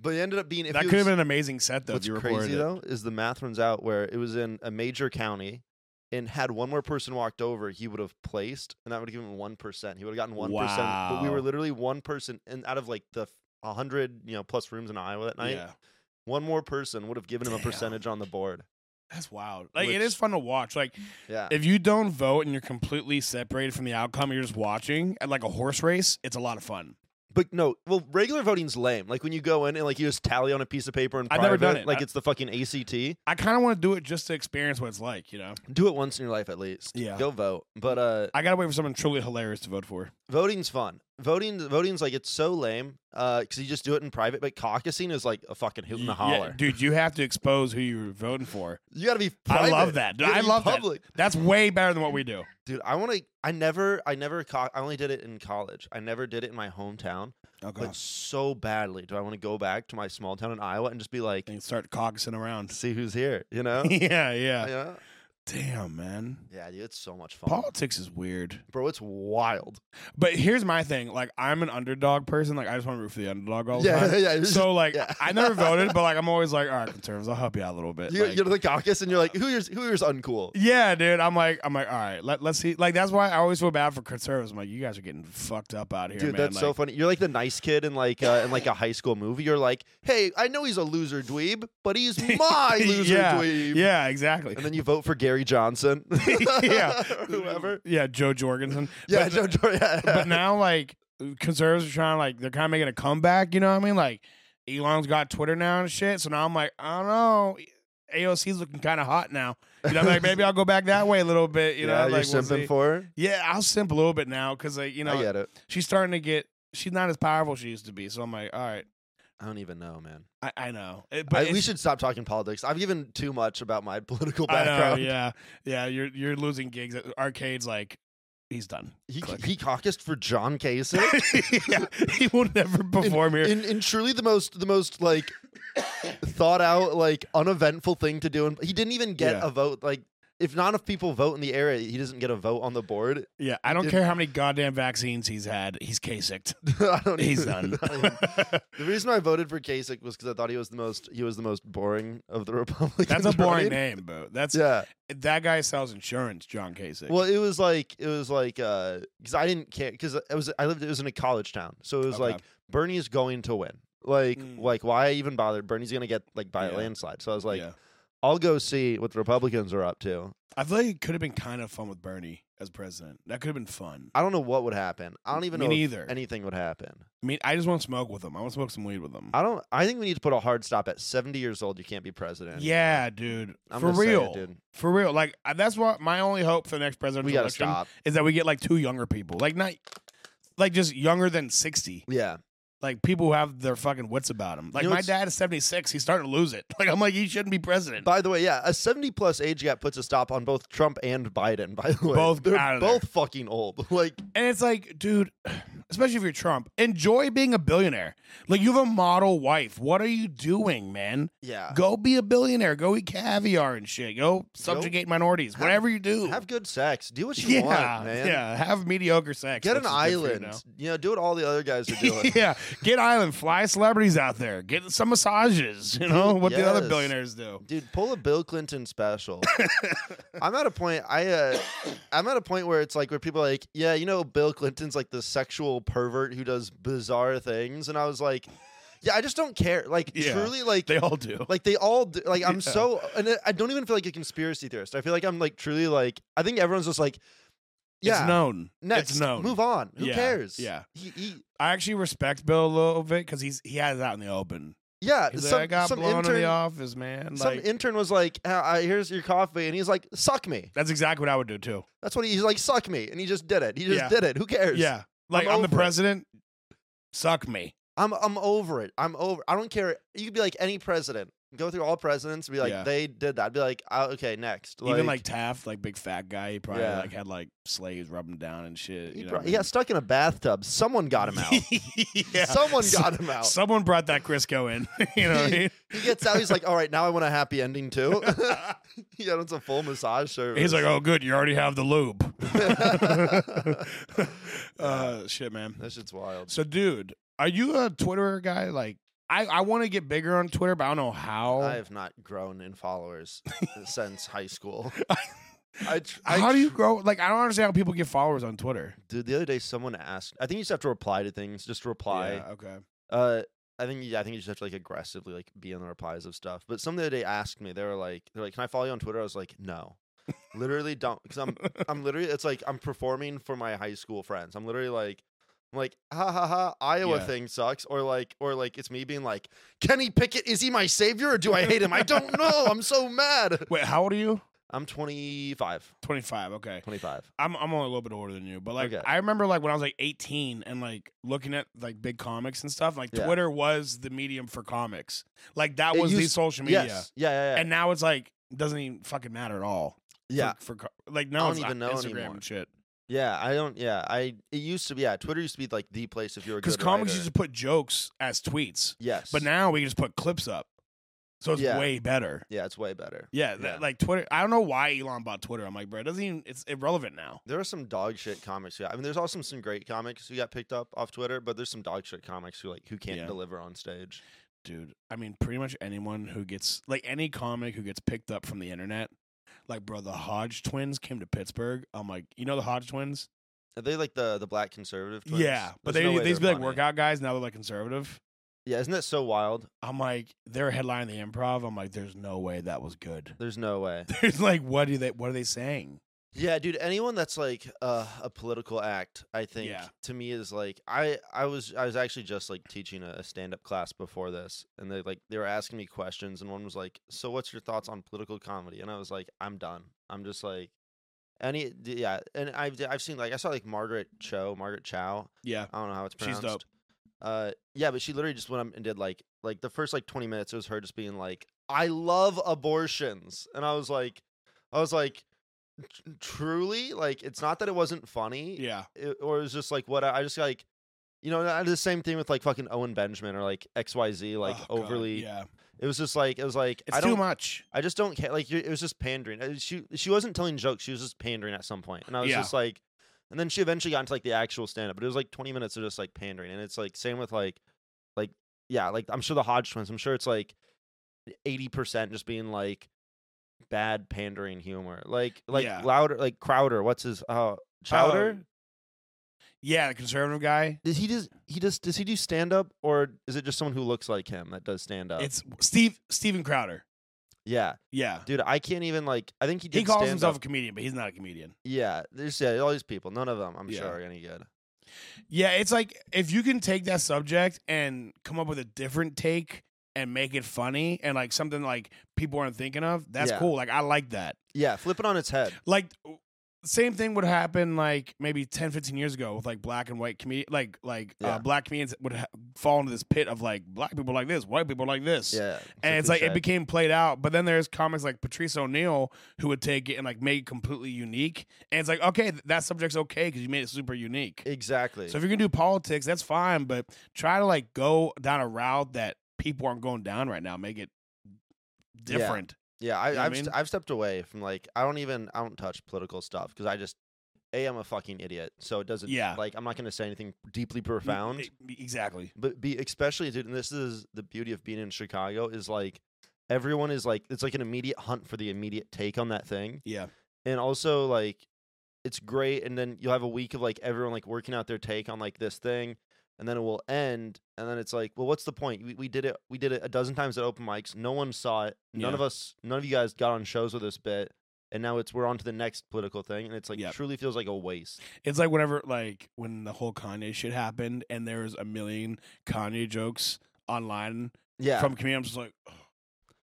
Speaker 1: But it ended up being if
Speaker 2: that
Speaker 1: he
Speaker 2: could have
Speaker 1: was-
Speaker 2: been an amazing set though. if
Speaker 1: What's
Speaker 2: you recorded
Speaker 1: crazy
Speaker 2: it.
Speaker 1: though is the math runs out where it was in a major county. And had one more person walked over, he would have placed, and that would have given him one percent. He would have gotten one percent. But we were
Speaker 2: Wow.
Speaker 1: literally one person, and out of like the f- hundred, you know, plus rooms in Iowa that night,
Speaker 2: Yeah.
Speaker 1: one more person would have given him a
Speaker 2: Damn.
Speaker 1: percentage on the board.
Speaker 2: That's wild. Like it
Speaker 1: Which-
Speaker 2: is fun to watch. Like
Speaker 1: Yeah,
Speaker 2: if you don't vote and you're completely separated from the outcome, you're just watching at like a horse race. It's a lot of fun.
Speaker 1: but no, well, regular voting's lame. Like when you go in and like you just tally on a piece of paper and
Speaker 2: I've never done it.
Speaker 1: like
Speaker 2: I-
Speaker 1: it's the fucking ACT.
Speaker 2: I kind of want to do it just to experience what it's like. You know,
Speaker 1: Do it once in your life at least.
Speaker 2: Yeah. Mm.
Speaker 1: go vote. But uh,
Speaker 2: I gotta wait for someone truly hilarious to vote for.
Speaker 1: voting's fun. Voting, voting's like it's so lame because you just do it in private. But caucusing is like a fucking hoot and a
Speaker 2: Y- yeah,
Speaker 1: holler.
Speaker 2: dude. You have to expose who you're voting for.
Speaker 1: you got to be.
Speaker 2: I
Speaker 1: Private.
Speaker 2: love that.
Speaker 1: You
Speaker 2: Dude,
Speaker 1: gotta
Speaker 2: I
Speaker 1: be
Speaker 2: love that.
Speaker 1: public.
Speaker 2: That's way better than what we do.
Speaker 1: dude. I want to. I never. I never. Cau- I only did it in college. I never did it in my hometown.
Speaker 2: Oh
Speaker 1: But so badly do I want to go back to my small town in Iowa and just be like,
Speaker 2: and start caucusing around.
Speaker 1: see who's here. You know?
Speaker 2: yeah, yeah.
Speaker 1: yeah.
Speaker 2: Damn, man.
Speaker 1: Yeah, dude. It's so much fun,
Speaker 2: Politics is weird.
Speaker 1: bro. It's wild.
Speaker 2: But here's my thing. Like, I'm an underdog person. Like, I just want to root for the underdog all the
Speaker 1: Yeah,
Speaker 2: time.
Speaker 1: yeah. you're just-
Speaker 2: So, like,
Speaker 1: yeah.
Speaker 2: I never voted, but like, I'm always like, all right, conservatives, I'll help you out a little bit.
Speaker 1: you
Speaker 2: Like,
Speaker 1: go to the caucus and you're like, who here's who here's uncool?
Speaker 2: yeah, dude. I'm like, I'm like, all right, let, let's see. Like, that's why I always feel bad for conservatives. I'm like, you guys are getting fucked up out here,
Speaker 1: Dude,
Speaker 2: man.
Speaker 1: that's
Speaker 2: like,
Speaker 1: so funny. You're like the nice kid in like uh, in like a high school movie. You're like, hey, I know he's a loser dweeb, but he's my loser
Speaker 2: yeah,
Speaker 1: dweeb.
Speaker 2: Yeah, exactly.
Speaker 1: And then you vote for Gary Johnson.
Speaker 2: Yeah.
Speaker 1: Or whoever.
Speaker 2: Yeah, Joe Jorgensen.
Speaker 1: Yeah,
Speaker 2: But-
Speaker 1: Joe Jor- yeah.
Speaker 2: but now like conservatives are trying to like they're kind of making a comeback. You know what I mean? Like Elon's got Twitter now and shit. So now I'm like, I don't know. AOC's looking kind of hot now. You know, I'm like maybe I'll go back that way a little bit. You
Speaker 1: yeah,
Speaker 2: know,
Speaker 1: you're
Speaker 2: like we'll
Speaker 1: simping
Speaker 2: see.
Speaker 1: for. her?
Speaker 2: yeah, I'll simp a little bit now because like you
Speaker 1: I
Speaker 2: know
Speaker 1: get it.
Speaker 2: she's starting to get she's not as powerful as she used to be. So I'm like, all right,
Speaker 1: I don't even know, man.
Speaker 2: I, I know, It-
Speaker 1: I-
Speaker 2: but
Speaker 1: we
Speaker 2: it's-
Speaker 1: should stop talking politics. I've given too much about my political
Speaker 2: I know,
Speaker 1: background.
Speaker 2: yeah, yeah. You're you're losing gigs. uh, Arcade's like he's done.
Speaker 1: He,
Speaker 2: Click.
Speaker 1: he caucused for John Kasich.
Speaker 2: yeah, he will never perform here.
Speaker 1: in, in truly the most the most like thought out like uneventful thing to do and he didn't even get
Speaker 2: Yeah.
Speaker 1: a vote like if not enough people vote in the area he doesn't get a vote on the board
Speaker 2: Yeah, I don't
Speaker 1: Dude.
Speaker 2: care how many goddamn vaccines he's had. He's Kasicked.
Speaker 1: I don't
Speaker 2: He's
Speaker 1: even-
Speaker 2: done.
Speaker 1: I don't- the reason I voted for Kasich was because I thought he was the most he was the most boring of the Republicans
Speaker 2: That's a boring
Speaker 1: running.
Speaker 2: name, bro. That's
Speaker 1: yeah
Speaker 2: that guy sells insurance, John Kasich.
Speaker 1: well it was like it was like uh because I didn't care because I was I lived it was in a college town so it was
Speaker 2: Okay.
Speaker 1: like Bernie's going to win like
Speaker 2: Mm.
Speaker 1: like why even bother Bernie's gonna get like by a
Speaker 2: Yeah.
Speaker 1: landslide so I was like
Speaker 2: Yeah.
Speaker 1: I'll go see what the Republicans are up to
Speaker 2: I feel like it could have been kind of fun with Bernie as president. That could have been fun.
Speaker 1: I don't know what would happen. I don't even
Speaker 2: Me
Speaker 1: know if
Speaker 2: neither.
Speaker 1: anything would happen.
Speaker 2: I mean, I just want to smoke with him. I want to smoke some weed with him.
Speaker 1: I don't. I think we need to put a hard stop at seventy years old. You can't be president.
Speaker 2: yeah, dude.
Speaker 1: I'm
Speaker 2: for
Speaker 1: gonna say it,
Speaker 2: real,
Speaker 1: dude.
Speaker 2: for real. Like I- that's what my only hope for the next presidential
Speaker 1: we gotta
Speaker 2: election
Speaker 1: stop.
Speaker 2: is that we get like two younger people, like not like just younger than sixty.
Speaker 1: Yeah,
Speaker 2: like people who have their fucking wits about them. Like
Speaker 1: know
Speaker 2: my
Speaker 1: what's-
Speaker 2: dad is seventy six. He's starting to lose it. Like I'm like he shouldn't be president.
Speaker 1: By the way, yeah, a 70 plus age gap puts a stop on both Trump and Biden, by the way.
Speaker 2: Both out
Speaker 1: They're
Speaker 2: of there.
Speaker 1: both fucking old. Like,
Speaker 2: And it's like, dude, especially if you're Trump, enjoy being a billionaire. Like you have a model wife. What are you doing, man?
Speaker 1: yeah.
Speaker 2: Go be a billionaire. Go eat caviar and shit. Go subjugate minorities.
Speaker 1: Have-
Speaker 2: Whatever you do.
Speaker 1: Have good sex. Do what you
Speaker 2: yeah,
Speaker 1: want, man.
Speaker 2: yeah. Have mediocre sex.
Speaker 1: Get
Speaker 2: which
Speaker 1: an
Speaker 2: is good for you
Speaker 1: island.
Speaker 2: now.
Speaker 1: you, know, do what all the other guys are doing.
Speaker 2: yeah, get island, fly celebrities out there, get some massages. You know what the other
Speaker 1: Yes.
Speaker 2: billionaires do.
Speaker 1: Dude, pull a Bill Clinton special. I'm at a point I uh, I'm at a point where it's like where people are like, yeah, you know Bill Clinton's like the sexual pervert who does bizarre things and I was like, yeah, I just don't care. Like
Speaker 2: Yeah.
Speaker 1: truly like
Speaker 2: They all do.
Speaker 1: Like they all do, like I'm
Speaker 2: Yeah.
Speaker 1: so and I- I don't even feel like a conspiracy theorist. I feel like I'm like truly like I think everyone's just like yeah,
Speaker 2: it's known.
Speaker 1: next
Speaker 2: it's known.
Speaker 1: move on. Who
Speaker 2: Yeah,
Speaker 1: cares?
Speaker 2: yeah.
Speaker 1: He, he,
Speaker 2: I actually respect Bill a little bit because he's he has it out in the open.
Speaker 1: yeah, Uh,
Speaker 2: He's like,
Speaker 1: some,
Speaker 2: I got
Speaker 1: some
Speaker 2: blown in
Speaker 1: intern
Speaker 2: the office, man.
Speaker 1: some
Speaker 2: Like
Speaker 1: intern was like, "Ah, I- "Here's your coffee." And he's like, "Suck me."
Speaker 2: that's exactly what I would do too.
Speaker 1: That's what he, he's like, "Suck me." And he just did it. He just
Speaker 2: Yeah.
Speaker 1: did it. Who cares?
Speaker 2: Yeah, like
Speaker 1: I'm
Speaker 2: I'm, the
Speaker 1: over it.
Speaker 2: president. Suck me.
Speaker 1: I'm I'm over it. I'm over. I don't care. You could be like any president. Go through all presidents and be like,
Speaker 2: Yeah.
Speaker 1: "They did that." I'd be like, "Ah, "Okay, next."
Speaker 2: Even like Taft, like big fat guy, he probably
Speaker 1: Yeah.
Speaker 2: like had like slaves rubbing down and shit.
Speaker 1: he,
Speaker 2: you know
Speaker 1: brought-
Speaker 2: what I
Speaker 1: he got stuck in a bathtub. Someone got him out.
Speaker 2: mean? yeah.
Speaker 1: Someone
Speaker 2: So-
Speaker 1: got him out.
Speaker 2: Someone brought that Crisco in. you know what I mean?
Speaker 1: He gets out. He's like, "All right, now I want a happy ending too." he wants a full massage service.
Speaker 2: He's like, "Oh, good, you already have the lube." uh, shit, man.
Speaker 1: "That shit's wild."
Speaker 2: "Oh." So, dude, are you a Twitter guy? Like, I I want to get bigger on Twitter, but I don't know how.
Speaker 1: I have not grown in followers since high school. I tr- I
Speaker 2: how do you
Speaker 1: tr-
Speaker 2: grow? Like, I don't understand how people get followers on Twitter.
Speaker 1: Dude, the other day someone asked. I think you just have to reply to things. Just reply.
Speaker 2: Yeah, okay.
Speaker 1: Uh, I think yeah, I think you just have to like aggressively like be in the replies of stuff. But some the other day asked me, they were like, they're like, "Can I follow you on Twitter?" I was like, "No, literally don't," because I'm I'm literally it's like I'm performing for my high school friends. I'm literally like. I'm like ha ha ha Iowa
Speaker 2: Yeah.
Speaker 1: thing sucks or like or like it's me being like Kenny Pickett is he my savior or do I hate him I don't know I'm so mad
Speaker 2: Wait, how old are you?
Speaker 1: I'm 25
Speaker 2: Twenty five. Okay.
Speaker 1: 25
Speaker 2: I'm I'm only a little bit older than you, but like
Speaker 1: Okay.
Speaker 2: I remember like when I was like 18 and like looking at like big comics and stuff. Like
Speaker 1: Yeah.
Speaker 2: Twitter was the medium for comics. Like that
Speaker 1: It
Speaker 2: was the
Speaker 1: used-
Speaker 2: social media.
Speaker 1: yes yeah yeah yeah,
Speaker 2: And now it's like doesn't even fucking matter at all.
Speaker 1: yeah.
Speaker 2: for, for co- like now
Speaker 1: don't
Speaker 2: it's
Speaker 1: even
Speaker 2: on
Speaker 1: know
Speaker 2: Instagram
Speaker 1: anymore.
Speaker 2: and shit.
Speaker 1: Yeah, I don't. Yeah, I it used to be. Yeah, Twitter used to be like the place if you were
Speaker 2: Because
Speaker 1: because
Speaker 2: comics used to put jokes as tweets,
Speaker 1: yes,
Speaker 2: but now we just put clips up, so it's
Speaker 1: Yeah.
Speaker 2: way better.
Speaker 1: yeah, it's way better.
Speaker 2: Yeah,
Speaker 1: Yeah.
Speaker 2: That, like Twitter. I don't know why Elon bought Twitter. I'm like, bro, it doesn't even. It's irrelevant now.
Speaker 1: There are some dog shit comics. Yeah, I mean, there's also some great comics who got picked up off Twitter, but there's some dog shit comics who like who can't
Speaker 2: Yeah.
Speaker 1: deliver on stage.
Speaker 2: dude i mean pretty much anyone who gets like any comic who gets picked up from the internet like bro the hodge twins came to pittsburgh i'm like you know the hodge twins
Speaker 1: Are they like the the black conservative? Twins?
Speaker 2: yeah but
Speaker 1: There's
Speaker 2: they,
Speaker 1: no way
Speaker 2: they used to be
Speaker 1: they're
Speaker 2: like
Speaker 1: funny.
Speaker 2: workout guys now they're like conservative
Speaker 1: Yeah, isn't that so wild?
Speaker 2: i'm like they're headlining the improv i'm like there's no way that was good
Speaker 1: There's no way.
Speaker 2: there's like what do they what are they saying
Speaker 1: Yeah, dude. Anyone that's like uh, a political act, I think
Speaker 2: Yeah.
Speaker 1: to me is like I I was I was actually just like teaching a, a stand up class before this, and they like they were asking me questions, and one was like, "So what's your thoughts on political comedy?" And I was like, "I'm done. I'm just like." Any d- yeah, and I've I've seen like I saw like Margaret Cho, Margaret Chow.
Speaker 2: yeah
Speaker 1: I don't know how it's
Speaker 2: She's
Speaker 1: pronounced.
Speaker 2: dope.
Speaker 1: Uh, yeah, but she literally just went up and did like like the first like twenty minutes. It was her just being like, "I love abortions," and I was like, I was like, "Tr- truly, like it's not that it wasn't funny,
Speaker 2: yeah
Speaker 1: it, or it was just like what I, I just like, you know, I did the same thing with like fucking Owen Benjamin or like X Y Z, like
Speaker 2: Oh, God,
Speaker 1: overly.
Speaker 2: yeah
Speaker 1: It was just like it was like
Speaker 2: it's
Speaker 1: I
Speaker 2: too
Speaker 1: don't.
Speaker 2: much
Speaker 1: I just don't care. Like you- it was just pandering. Uh, She she wasn't telling jokes. She was just pandering at some point, and I was
Speaker 2: Yeah.
Speaker 1: just like, and then she eventually got into like the actual stand up. But it was like twenty minutes of just like pandering, and it's like same with like, like yeah, like I'm sure the Hodge twins. I'm sure it's like eighty percent just being like bad pandering humor, like like
Speaker 2: Yeah.
Speaker 1: louder, like Crowder. What's his uh Chowder?
Speaker 2: Uh, yeah the conservative guy
Speaker 1: does he just he just does he do stand up or is it just someone who looks like him that does stand up?
Speaker 2: it's steve steven crowder
Speaker 1: Yeah,
Speaker 2: yeah
Speaker 1: dude, I can't even like. I think he did
Speaker 2: he calls
Speaker 1: stand-up.
Speaker 2: himself a comedian but he's not a comedian
Speaker 1: Yeah, there's yeah, all these people. None of them, I'm
Speaker 2: Yeah.
Speaker 1: sure, are any good.
Speaker 2: Yeah, it's like if you can take that subject and come up with a different take and make it funny and like something like people aren't thinking of, that's
Speaker 1: Yeah.
Speaker 2: cool. Like I like that.
Speaker 1: Yeah, flip it on its head.
Speaker 2: Like same thing would happen like maybe 10 15 years ago with like black and white comedians like like
Speaker 1: Yeah.
Speaker 2: uh, black comedians would ha- fall into this pit of like black people like this white people like this
Speaker 1: Yeah.
Speaker 2: and it's like it
Speaker 1: cliche.
Speaker 2: became played out but then there's comics like patrice o'neill who would take it and like make it completely unique and it's like okay th- that subject's okay because you made it super unique
Speaker 1: exactly.
Speaker 2: so if you're gonna do politics that's fine but try to like go down a route that people aren't going down right now make it
Speaker 1: Yeah.
Speaker 2: different
Speaker 1: Yeah, I,
Speaker 2: You know what I
Speaker 1: I've st-
Speaker 2: mean?
Speaker 1: I've stepped away from like I don't even I don't touch political stuff because I just a I'm a fucking idiot, so it doesn't.
Speaker 2: Yeah.
Speaker 1: like I'm not going to say anything deeply profound.
Speaker 2: E- exactly
Speaker 1: But be especially, dude, and this is the beauty of being in Chicago is like everyone is like it's like an immediate hunt for the immediate take on that thing,
Speaker 2: yeah
Speaker 1: and also like it's great, and then you'll have a week of like everyone like working out their take on like this thing. And then it will end, and then it's like, well, what's the point? We, we did it. We did it a dozen times at open mics. No one saw it. None
Speaker 2: Yeah.
Speaker 1: of us. None of you guys got on shows with this bit, and now it's we're on to the next political thing, and it's like
Speaker 2: Yep.
Speaker 1: truly feels like a waste.
Speaker 2: It's like whenever, like when the whole Kanye shit happened, and there was a million Kanye jokes online
Speaker 1: Yeah,
Speaker 2: from comedians. I'm just like,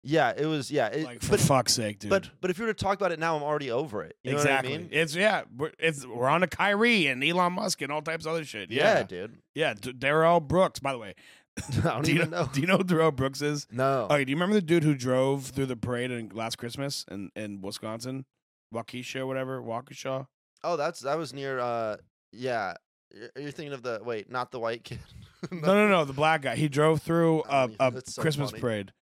Speaker 1: yeah. It was yeah. It,
Speaker 2: like for
Speaker 1: but
Speaker 2: fuck's sake, dude.
Speaker 1: But but if you were to talk about it now, I'm already over it. You know
Speaker 2: exactly.
Speaker 1: what I mean?
Speaker 2: It's yeah. We're, it's we're on to Kyrie and Elon Musk and all types of other shit.
Speaker 1: Yeah,
Speaker 2: Yeah,
Speaker 1: dude.
Speaker 2: yeah. D- Darrell Brooks, by the way.
Speaker 1: I don't
Speaker 2: do you
Speaker 1: even know. Oh.
Speaker 2: Do you know who Darrell Brooks is?
Speaker 1: No.
Speaker 2: Okay, do you remember the dude who drove through the parade in last Christmas in, in Wisconsin, Waukesha, whatever, Waukesha?
Speaker 1: Oh, that's that was near. uh Yeah, you're, you're thinking of the wait, not the white kid.
Speaker 2: No, no, no, the black guy. He drove through
Speaker 1: I
Speaker 2: a,
Speaker 1: don't even-
Speaker 2: a
Speaker 1: Oh, that's so
Speaker 2: Christmas
Speaker 1: funny.
Speaker 2: parade.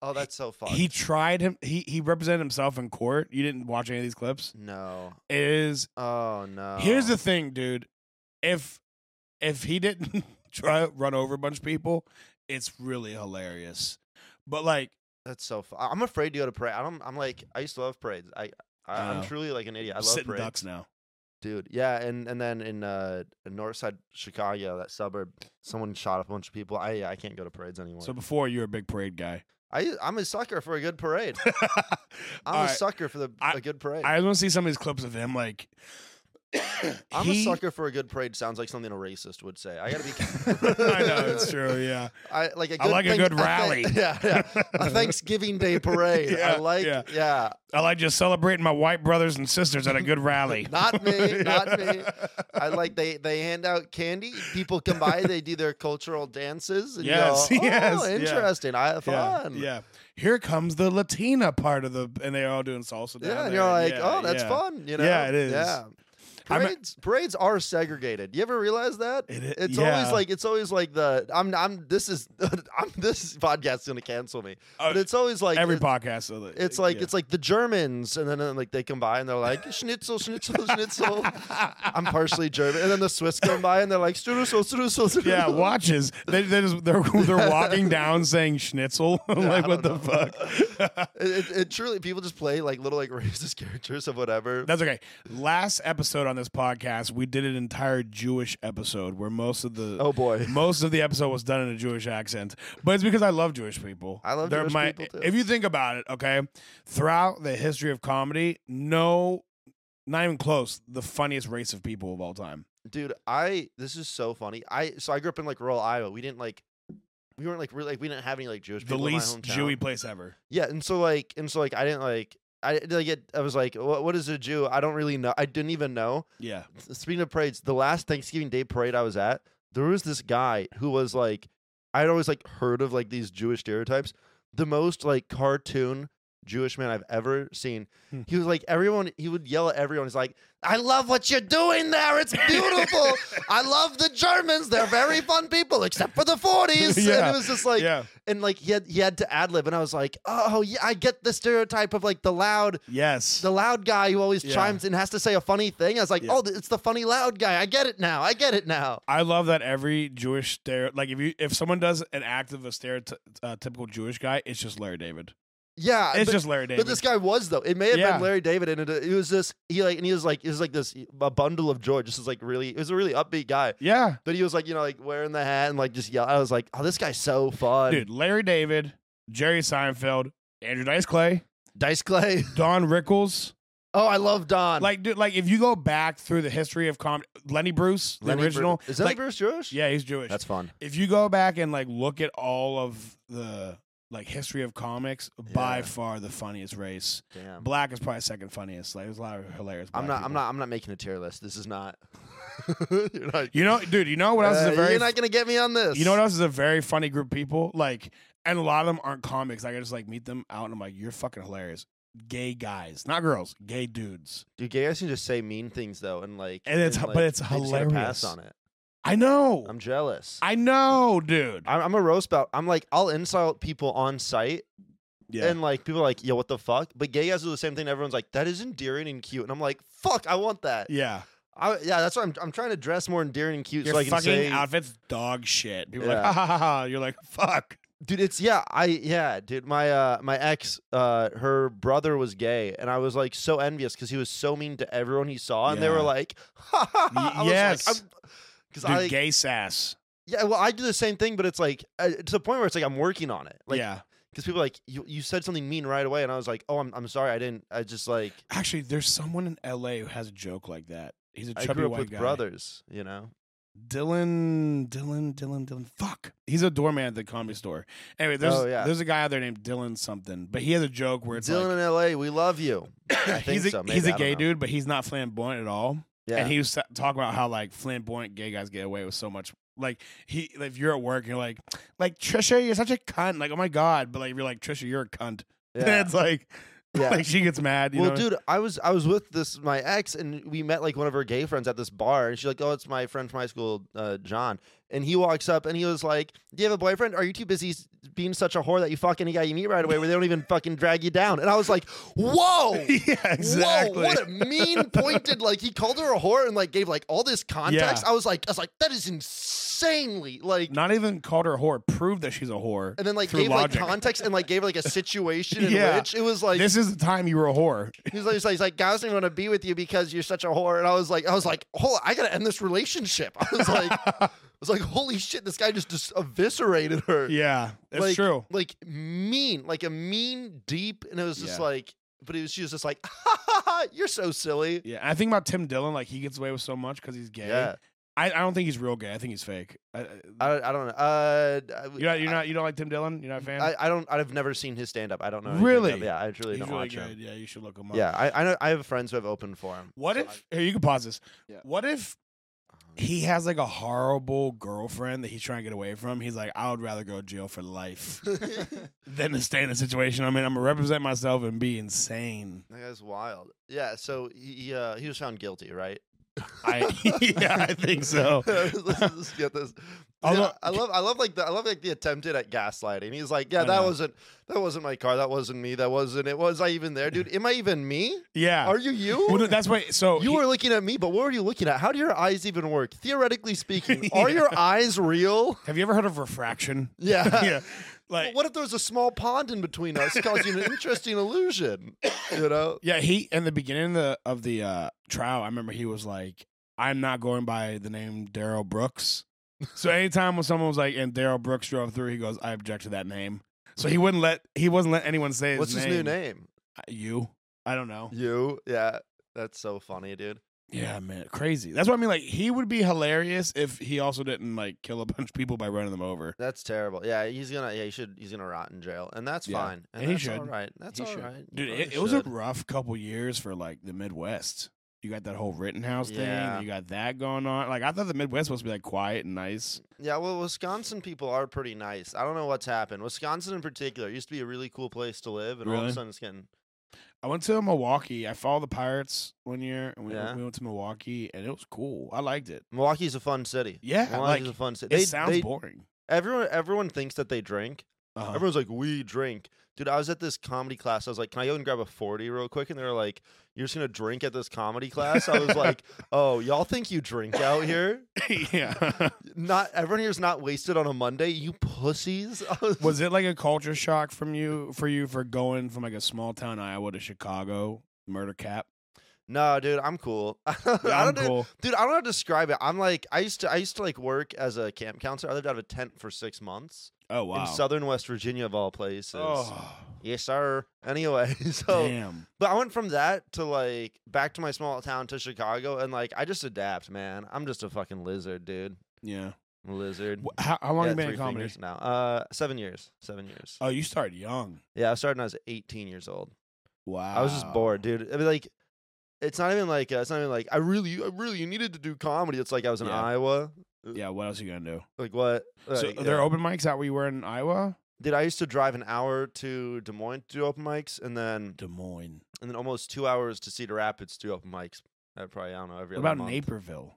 Speaker 1: Oh, that's so fucked.
Speaker 2: He tried him. He he represented himself in court. You didn't watch any of these clips.
Speaker 1: no.
Speaker 2: It Is
Speaker 1: Oh no.
Speaker 2: here's the thing, dude. If if he didn't try to run over a bunch of people, it's really hilarious. But like,
Speaker 1: That's so. Fu- I'm afraid to go to parade. I don't. I'm like. I used to love parades. I. I I'm
Speaker 2: Oh.
Speaker 1: truly like an idiot. I
Speaker 2: I'm
Speaker 1: love
Speaker 2: sitting
Speaker 1: parades,
Speaker 2: ducks now.
Speaker 1: dude. Yeah, and and then in uh in Northside Chicago, that suburb, someone shot up a bunch of people. I I can't go to parades anymore.
Speaker 2: So before you were a big parade guy.
Speaker 1: I I'm a sucker for a good parade. I'm
Speaker 2: All
Speaker 1: a
Speaker 2: right,
Speaker 1: sucker for the
Speaker 2: I-
Speaker 1: a good parade.
Speaker 2: I want to see some of these clips of him. Like,
Speaker 1: I'm
Speaker 2: he-
Speaker 1: a sucker for a good parade. Sounds like something a racist would say. I gotta be.
Speaker 2: I know it's true. Yeah.
Speaker 1: I like a good.
Speaker 2: I like a
Speaker 1: thank-
Speaker 2: good
Speaker 1: thi-
Speaker 2: rally.
Speaker 1: yeah, yeah. A Thanksgiving Day parade. I
Speaker 2: Yeah,
Speaker 1: like. Yeah.
Speaker 2: yeah. I like just celebrating my white brothers and sisters at a good rally.
Speaker 1: Not me, not
Speaker 2: Yeah.
Speaker 1: me. I like they they hand out candy. People come by. They do their cultural dances. And
Speaker 2: Yes,
Speaker 1: You go, oh,
Speaker 2: yes, yeah.
Speaker 1: Interesting. I have
Speaker 2: Yeah,
Speaker 1: fun.
Speaker 2: Yeah. Here comes the Latina part of the, and they're all doing salsa.
Speaker 1: Yeah,
Speaker 2: down
Speaker 1: and
Speaker 2: there.
Speaker 1: you're like,
Speaker 2: Yeah,
Speaker 1: oh, that's
Speaker 2: yeah.
Speaker 1: fun. You know.
Speaker 2: Yeah, it is.
Speaker 1: Yeah.
Speaker 2: I'm a-
Speaker 1: Parades, parades are segregated. You ever realize that?
Speaker 2: It i-
Speaker 1: it's
Speaker 2: yeah.
Speaker 1: always like it's always like the I'm I'm this is I'm this podcast's gonna cancel me.
Speaker 2: Uh,
Speaker 1: But it's always like
Speaker 2: Every
Speaker 1: it-
Speaker 2: podcast. So that-
Speaker 1: it's like
Speaker 2: yeah.
Speaker 1: it's like the Germans, and then uh, like they come by and they're like schnitzel, schnitzel, schnitzel. I'm partially German, and then the Swiss come by and they're like strudel, strudel, strudel.
Speaker 2: yeah, watches. They, they just, they're they're walking down saying schnitzel. I'm
Speaker 1: Yeah, I
Speaker 2: like, what
Speaker 1: don't
Speaker 2: the fuck?
Speaker 1: It, it, it truly people just play like little like racist characters of whatever.
Speaker 2: That's okay. Last episode on this podcast, we did an entire Jewish episode where most of the
Speaker 1: oh boy,
Speaker 2: most of the episode was done in a Jewish accent, but it's because I love Jewish people.
Speaker 1: I love
Speaker 2: They're
Speaker 1: Jewish
Speaker 2: my-
Speaker 1: people, too.
Speaker 2: If you think about it, okay, throughout the history of comedy, no, not even close, the funniest race of people of all time.
Speaker 1: dude, I this is so funny. I so I grew up in like rural Iowa. We didn't like we weren't like really like we didn't have any like Jewish
Speaker 2: The
Speaker 1: people
Speaker 2: least
Speaker 1: in my hometown.
Speaker 2: Jewy place ever.
Speaker 1: Yeah, and so like, and so like, I didn't like, I like it. I was like, what, what is a Jew? I don't really know. I didn't even know.
Speaker 2: Yeah.
Speaker 1: S- Speaking of parades, the last Thanksgiving Day parade I was at, there was this guy who was like, I'd always like heard of like these Jewish stereotypes. The most like cartoon Jewish man I've ever seen.
Speaker 2: Hmm.
Speaker 1: He was like everyone. He would yell at everyone. He's like, "I love what you're doing there. It's beautiful. I love the Germans. They're very fun people, except for the 40s." And
Speaker 2: Yeah.
Speaker 1: it was just like,
Speaker 2: yeah.
Speaker 1: and like he had he had to ad lib, and I was like, oh yeah, I get the stereotype of like the loud
Speaker 2: Yes.
Speaker 1: the loud guy who always
Speaker 2: Yeah.
Speaker 1: chimes in has to say a funny thing. I was like,
Speaker 2: Yeah.
Speaker 1: oh, th- it's the funny loud guy. I get it now. I get it now.
Speaker 2: I love that every Jewish stare, like if you if someone does an act of a stereotypical Jewish guy, it's just Larry David.
Speaker 1: Yeah,
Speaker 2: It's
Speaker 1: Uh, but,
Speaker 2: just Larry David.
Speaker 1: but this guy was though. It may have
Speaker 2: Yeah.
Speaker 1: been Larry David, and it, it was just he like and he was like he was like this a bundle of joy. Just was like really, it was a really upbeat guy.
Speaker 2: yeah,
Speaker 1: But he was like you know like wearing the hat and like just yell. I was like, oh, this guy's so fun.
Speaker 2: dude, Larry David, Jerry Seinfeld, Andrew Dice Clay,
Speaker 1: Dice Clay.
Speaker 2: Don Rickles.
Speaker 1: Oh, I love Don.
Speaker 2: Like, dude, like if you go back through the history of comedy, Lenny Bruce, the
Speaker 1: Lenny Bru-
Speaker 2: original,
Speaker 1: is that
Speaker 2: like-
Speaker 1: Bruce Jewish?
Speaker 2: yeah, he's Jewish.
Speaker 1: that's fun.
Speaker 2: if you go back and like look at all of the like history of comics, by
Speaker 1: Yeah.
Speaker 2: far the funniest race.
Speaker 1: Damn.
Speaker 2: Black is probably second funniest. Like there's a lot of hilarious.
Speaker 1: I'm
Speaker 2: black
Speaker 1: not. I'm
Speaker 2: people.
Speaker 1: not. I'm not making a tier list. This is not. you're not.
Speaker 2: You know, dude. You know what else is
Speaker 1: Uh,
Speaker 2: a very
Speaker 1: you're not gonna get me on this.
Speaker 2: You know what else is a very funny group of people? Like, and a lot of them aren't comics. Like, I just like meet them out and I'm like, you're fucking hilarious. Gay guys, not girls, gay dudes.
Speaker 1: Dude, gay guys can just say mean things though, and like,
Speaker 2: And it's- but
Speaker 1: like,
Speaker 2: it's
Speaker 1: they just get a
Speaker 2: hilarious.
Speaker 1: Pass on it.
Speaker 2: I know.
Speaker 1: I'm jealous.
Speaker 2: I know, dude.
Speaker 1: I'm, I'm a roast bout. I'm like, I'll insult people on site,
Speaker 2: yeah.
Speaker 1: and like, people are like, yo, what the fuck? But gay guys do the same thing. and Everyone's like, that is endearing and cute, and I'm like, fuck, I want that.
Speaker 2: yeah.
Speaker 1: I, yeah, that's why I'm, I'm trying to dress more endearing and cute,
Speaker 2: Your
Speaker 1: so I can
Speaker 2: fucking
Speaker 1: say,
Speaker 2: outfit's dog shit. People are like,
Speaker 1: Yeah.
Speaker 2: ha ha ha ha. You're like, fuck.
Speaker 1: dude, it's yeah, I yeah, dude, my uh, my ex, uh, her brother was gay, and I was like so envious because he was so mean to everyone he saw, and they
Speaker 2: Yeah.
Speaker 1: were like, ha ha ha. I was like,
Speaker 2: yes.
Speaker 1: I'm- 'cause
Speaker 2: Dude,
Speaker 1: I,
Speaker 2: gay sass.
Speaker 1: Yeah, well, I do the same thing, but it's like uh, to the point where it's like I'm working on it. Like,
Speaker 2: yeah.
Speaker 1: because people are like you, you said something mean right away, and I was like, oh, I'm I'm sorry, I didn't. I just like
Speaker 2: Actually, there's someone in LA who has a joke like that. He's a
Speaker 1: I
Speaker 2: chubby
Speaker 1: grew up
Speaker 2: white
Speaker 1: with
Speaker 2: guy.
Speaker 1: brothers, you know.
Speaker 2: Dylan, Dylan, Dylan, Dylan. Fuck, he's a doorman at the comedy store. Anyway, there's
Speaker 1: Oh, yeah.
Speaker 2: there's a guy out there named Dylan something, but he has a joke where it's
Speaker 1: Dylan in L.A., we love you. I
Speaker 2: like
Speaker 1: think
Speaker 2: he's a
Speaker 1: so, maybe,
Speaker 2: he's
Speaker 1: I
Speaker 2: a
Speaker 1: don't
Speaker 2: gay
Speaker 1: know.
Speaker 2: dude, but he's not flamboyant at all.
Speaker 1: Yeah,
Speaker 2: And he was sa- talking about how like flamboyant gay guys get away with so much. Like he, like, if you're at work, and you're like, like Trisha, you're such a cunt. Like, oh my god, but like if you're like Trisha, you're a cunt.
Speaker 1: yeah.
Speaker 2: it's like,
Speaker 1: Yeah.
Speaker 2: like she gets mad. You
Speaker 1: well,
Speaker 2: know?
Speaker 1: dude, I was I was with this my ex, and we met like one of her gay friends at this bar, and she's like, "Oh, it's my friend from high school, uh, John." And he walks up, and he was like, "Do you have a boyfriend? Are you too busy s- being such a whore that you fuck any guy you meet right away, where they don't even fucking drag you down?" And I was like, "Whoa!"
Speaker 2: yeah, exactly.
Speaker 1: Whoa, what a mean pointed like he called her a whore and like gave like all this context. I was like I was like that is insanely like
Speaker 2: Not even called her a whore. Proved that she's a whore.
Speaker 1: and then like
Speaker 2: through
Speaker 1: gave
Speaker 2: logic.
Speaker 1: like context and like gave like a situation in
Speaker 2: Yeah.
Speaker 1: which it was like
Speaker 2: this is the time you were a whore.
Speaker 1: he's like he's like, he's like guys don't want to be with you because you're such a whore and I was like I was like hold I gotta end this relationship. I was like I was like holy shit this guy just, just eviscerated her.
Speaker 2: Yeah, that's
Speaker 1: like,
Speaker 2: true.
Speaker 1: Like mean like a mean deep and it was just
Speaker 2: Yeah.
Speaker 1: like but it was she was just like ha ha ha you're so silly.
Speaker 2: Yeah, I think about Tim Dillon, like he gets away with so much because he's gay.
Speaker 1: Yeah,
Speaker 2: I, I don't think he's real gay. I think he's fake. I, I-
Speaker 1: I, I don't know. Uh,
Speaker 2: you're not, you're not, you don't like Tim Dillon. You're not a fan.
Speaker 1: I, I don't. I've never seen his stand up. I don't know. anything
Speaker 2: Really?
Speaker 1: of- yeah, I
Speaker 2: he's
Speaker 1: truly don't watch
Speaker 2: good.
Speaker 1: him.
Speaker 2: Yeah, you should look him up.
Speaker 1: Yeah, I, I know. I have friends who have opened for him.
Speaker 2: What
Speaker 1: so
Speaker 2: if here you can pause this?
Speaker 1: Yeah. Um,
Speaker 2: What if
Speaker 1: I-
Speaker 2: he has like a horrible girlfriend that he's trying to get away from? He's like, I would rather go to jail for life than to stay in the situation I'm in. I'm gonna represent myself and be insane.
Speaker 1: that guy's wild. Yeah. So he he, uh, he was found guilty, right?
Speaker 2: I yeah, I think so.
Speaker 1: let's, let's get this.
Speaker 2: Although-
Speaker 1: yeah, I love I love like the I love like the attempted at gaslighting. He's like, yeah,
Speaker 2: I
Speaker 1: that
Speaker 2: know.
Speaker 1: wasn't that wasn't my car. That wasn't me. That wasn't it. Was I even there, dude? Am I even me?
Speaker 2: Yeah.
Speaker 1: Are you you?
Speaker 2: Ah. Well, no, that's why. So
Speaker 1: You
Speaker 2: he-
Speaker 1: were looking at me, but what were you looking at? How do your eyes even work? Theoretically speaking, are
Speaker 2: Yeah.
Speaker 1: your eyes real?
Speaker 2: have you ever heard of refraction?
Speaker 1: Yeah.
Speaker 2: yeah. Like
Speaker 1: But what if there's a small pond in between us causing an interesting illusion? You know?
Speaker 2: Yeah, he in the beginning of the of the uh, trial, I remember he was like, "I'm not going by the name Daryl Brooks." So anytime when someone was like, "And Daryl Brooks drove through," he goes, "I object to that name." So he wouldn't let he wasn't let anyone say his
Speaker 1: What's
Speaker 2: name.
Speaker 1: his new name?
Speaker 2: Uh, You, I don't know.
Speaker 1: You? Yeah. That's so funny, dude.
Speaker 2: Yeah, man, crazy. That's what I mean. Like he would be hilarious if he also didn't like kill a bunch of people by running them over.
Speaker 1: That's terrible. Yeah, he's gonna yeah, he should he's gonna rot in jail. And that's
Speaker 2: Yeah.
Speaker 1: fine. And
Speaker 2: And he
Speaker 1: that's all
Speaker 2: should.
Speaker 1: right. That's
Speaker 2: He
Speaker 1: all right.
Speaker 2: should.
Speaker 1: You
Speaker 2: Dude,
Speaker 1: probably
Speaker 2: it, it was a
Speaker 1: should.
Speaker 2: rough couple years for like the Midwest. You got that whole Rittenhouse
Speaker 1: Yeah.
Speaker 2: thing. You got that going on. Like I thought the Midwest was supposed to be like quiet and nice.
Speaker 1: Yeah, well Wisconsin people are pretty nice. I don't know what's happened. Wisconsin in particular used to be a really cool place to live and all of a
Speaker 2: Really?
Speaker 1: sudden it's getting
Speaker 2: I went to Milwaukee. I followed the Pirates one year, and we,
Speaker 1: Yeah.
Speaker 2: we went to Milwaukee, and it was cool. I liked it.
Speaker 1: Milwaukee's a fun city.
Speaker 2: Yeah,
Speaker 1: Milwaukee's
Speaker 2: like,
Speaker 1: a fun city.
Speaker 2: It
Speaker 1: They-
Speaker 2: sounds
Speaker 1: they-
Speaker 2: boring.
Speaker 1: Everyone, everyone thinks that they drink.
Speaker 2: Uh-huh.
Speaker 1: Everyone's like, we drink. Dude, I was at this comedy class. I was like, can I go and grab a 40 real quick? And they were like, you're just going to drink at this comedy class? I was like, oh, y'all think you drink out here?
Speaker 2: yeah.
Speaker 1: Not Everyone here's not wasted on a Monday, you pussies. I was-
Speaker 2: was it like a culture shock from you for you for going from like a small town Iowa to Chicago? Murder cap.
Speaker 1: no, dude, I'm cool.
Speaker 2: Yeah,
Speaker 1: I
Speaker 2: I'm
Speaker 1: don't do-
Speaker 2: cool.
Speaker 1: Dude, I don't know how to describe it. I'm like, I used to, I used to like work as a camp counselor. I lived out of a tent for six months
Speaker 2: Oh wow.
Speaker 1: in southern West Virginia, of all places.
Speaker 2: oh,
Speaker 1: Yes, sir. Anyway, so.
Speaker 2: damn.
Speaker 1: But I went from that to like back to my small town to Chicago, and like I just adapt, man. I'm just a fucking lizard, dude.
Speaker 2: Yeah.
Speaker 1: lizard.
Speaker 2: Wh- How, how long
Speaker 1: Yeah,
Speaker 2: you been
Speaker 1: three
Speaker 2: in comedy?
Speaker 1: fingers now? Uh, seven years. Seven years.
Speaker 2: Oh, you started young.
Speaker 1: Yeah, I started when I was 18 years old.
Speaker 2: Wow.
Speaker 1: I was just bored, dude. I mean, like, it's not even like uh, it's not even like I really, I really needed to do comedy. It's like I was in
Speaker 2: Yeah.
Speaker 1: Iowa.
Speaker 2: Yeah. What else are you gonna do?
Speaker 1: Like what?
Speaker 2: so
Speaker 1: Like,
Speaker 2: there
Speaker 1: Uh, yeah.
Speaker 2: are open mics out where you were in Iowa,
Speaker 1: Dude, I used to drive an hour to Des Moines to do open mics, and then
Speaker 2: Des Moines.
Speaker 1: and then almost two hours to Cedar Rapids to do open mics. I probably I don't know every
Speaker 2: What
Speaker 1: other
Speaker 2: about
Speaker 1: month.
Speaker 2: Naperville?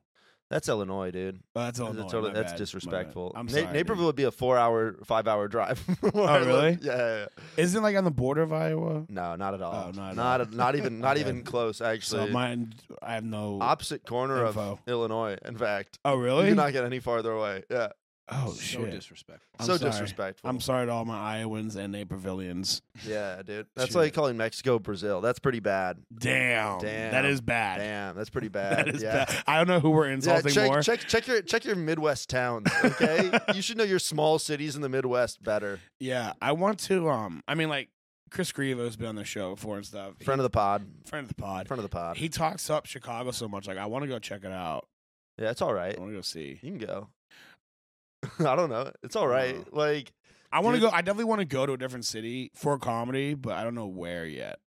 Speaker 1: That's Illinois, dude.
Speaker 2: Oh,
Speaker 1: That's,
Speaker 2: that's Illinois.
Speaker 1: totally-
Speaker 2: my
Speaker 1: that's
Speaker 2: bad, my bad.
Speaker 1: disrespectful.
Speaker 2: I'm
Speaker 1: Na-
Speaker 2: sorry. dude. Oh,
Speaker 1: Naperville would be a four-hour, five-hour drive. Where I lived.
Speaker 2: really?
Speaker 1: Yeah, yeah, yeah.
Speaker 2: isn't it like on the border of Iowa.
Speaker 1: No, not at all.
Speaker 2: Oh, not at
Speaker 1: not,
Speaker 2: all.
Speaker 1: a- not even not
Speaker 2: Okay.
Speaker 1: even close. Actually,
Speaker 2: So mine, I have no.
Speaker 1: opposite corner of
Speaker 2: Info.
Speaker 1: Illinois. In fact,
Speaker 2: oh
Speaker 1: you
Speaker 2: really?
Speaker 1: cannot get any farther away. Yeah,
Speaker 2: oh
Speaker 3: so
Speaker 2: shit.
Speaker 3: disrespectful.
Speaker 2: I'm
Speaker 1: so
Speaker 2: sorry.
Speaker 1: disrespectful.
Speaker 2: I'm sorry to all my Iowans and Napervillians.
Speaker 1: yeah, dude. That's like
Speaker 2: Shit.
Speaker 1: calling Mexico Brazil. That's pretty bad.
Speaker 2: Damn,
Speaker 1: Damn.
Speaker 2: that is bad.
Speaker 1: Damn, that's pretty bad.
Speaker 2: That is
Speaker 1: yeah.
Speaker 2: bad. I don't know who we're
Speaker 1: Yeah,
Speaker 2: insulting
Speaker 1: check,
Speaker 2: more.
Speaker 1: check check your check your Midwest towns, okay? you should know your small cities in the Midwest better.
Speaker 2: Yeah, I want to. Um, I mean, like Chris Grievo's been on the show before and stuff.
Speaker 1: Friend of the pod.
Speaker 2: the friend of the pod.
Speaker 1: Friend of the pod.
Speaker 2: He talks up Chicago so much. Like, I want to go check it out.
Speaker 1: Yeah, it's all right.
Speaker 2: I want to go see.
Speaker 1: You can go. I don't know. It's all right.
Speaker 2: Wow.
Speaker 1: Like
Speaker 2: I want to
Speaker 1: Dude.
Speaker 2: go. I definitely want to go to a different city for comedy, but I don't know where yet.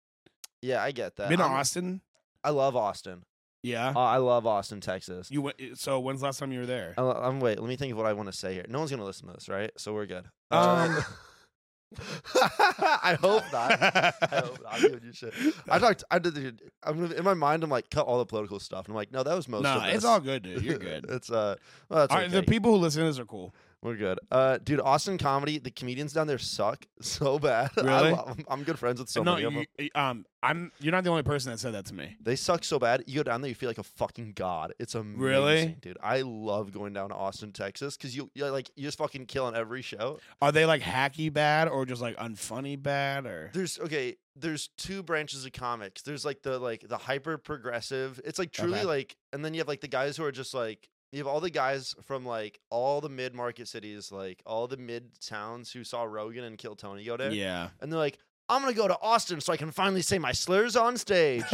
Speaker 1: yeah, I get that.
Speaker 2: Been to
Speaker 1: Uh, I'm-
Speaker 2: Austin.
Speaker 1: I love Austin.
Speaker 2: Yeah.
Speaker 1: Uh, I love Austin, Texas.
Speaker 2: you went. So when's the last time you were there?
Speaker 1: I- I'm Uh, um, wait. Let me think of what I want to say here. No one's gonna listen to this, right? So we're good.
Speaker 2: Um.
Speaker 1: I hope not. I hope not. Dude, you should. I talked. I did. Dude, I'm gonna- in my mind. I'm like, cut all the political stuff. And I'm like, no, that was most.
Speaker 2: no,
Speaker 1: of
Speaker 2: it's
Speaker 1: this.
Speaker 2: all good, dude. You're good.
Speaker 1: it's uh, well, that's
Speaker 2: All right, The
Speaker 1: okay.
Speaker 2: people who listen to this are cool.
Speaker 1: We're good. Uh, dude, Austin comedy. The comedians down there suck so bad. I
Speaker 2: Really?
Speaker 1: love, I'm good friends with so
Speaker 2: no,
Speaker 1: many of them.
Speaker 2: you, um, I'm. You're not the only person that said that to me.
Speaker 1: They suck so bad. You go down there, you feel like a fucking god. It's amazing,
Speaker 2: Really?
Speaker 1: dude. I love going down to Austin, Texas, because you you're like you just fucking kill on every show.
Speaker 2: Are they like hacky bad or just like unfunny bad or?
Speaker 1: There's okay. There's two branches of comics. There's like the like the hyper progressive. It's like truly
Speaker 2: Okay.
Speaker 1: like, and then you have like the guys who are just like you have all the guys from like all the mid market cities, like all the mid towns who saw Rogan and Kill Tony go there,
Speaker 2: Yeah.
Speaker 1: and they're like, I'm gonna go to Austin so I can finally say my slurs on stage.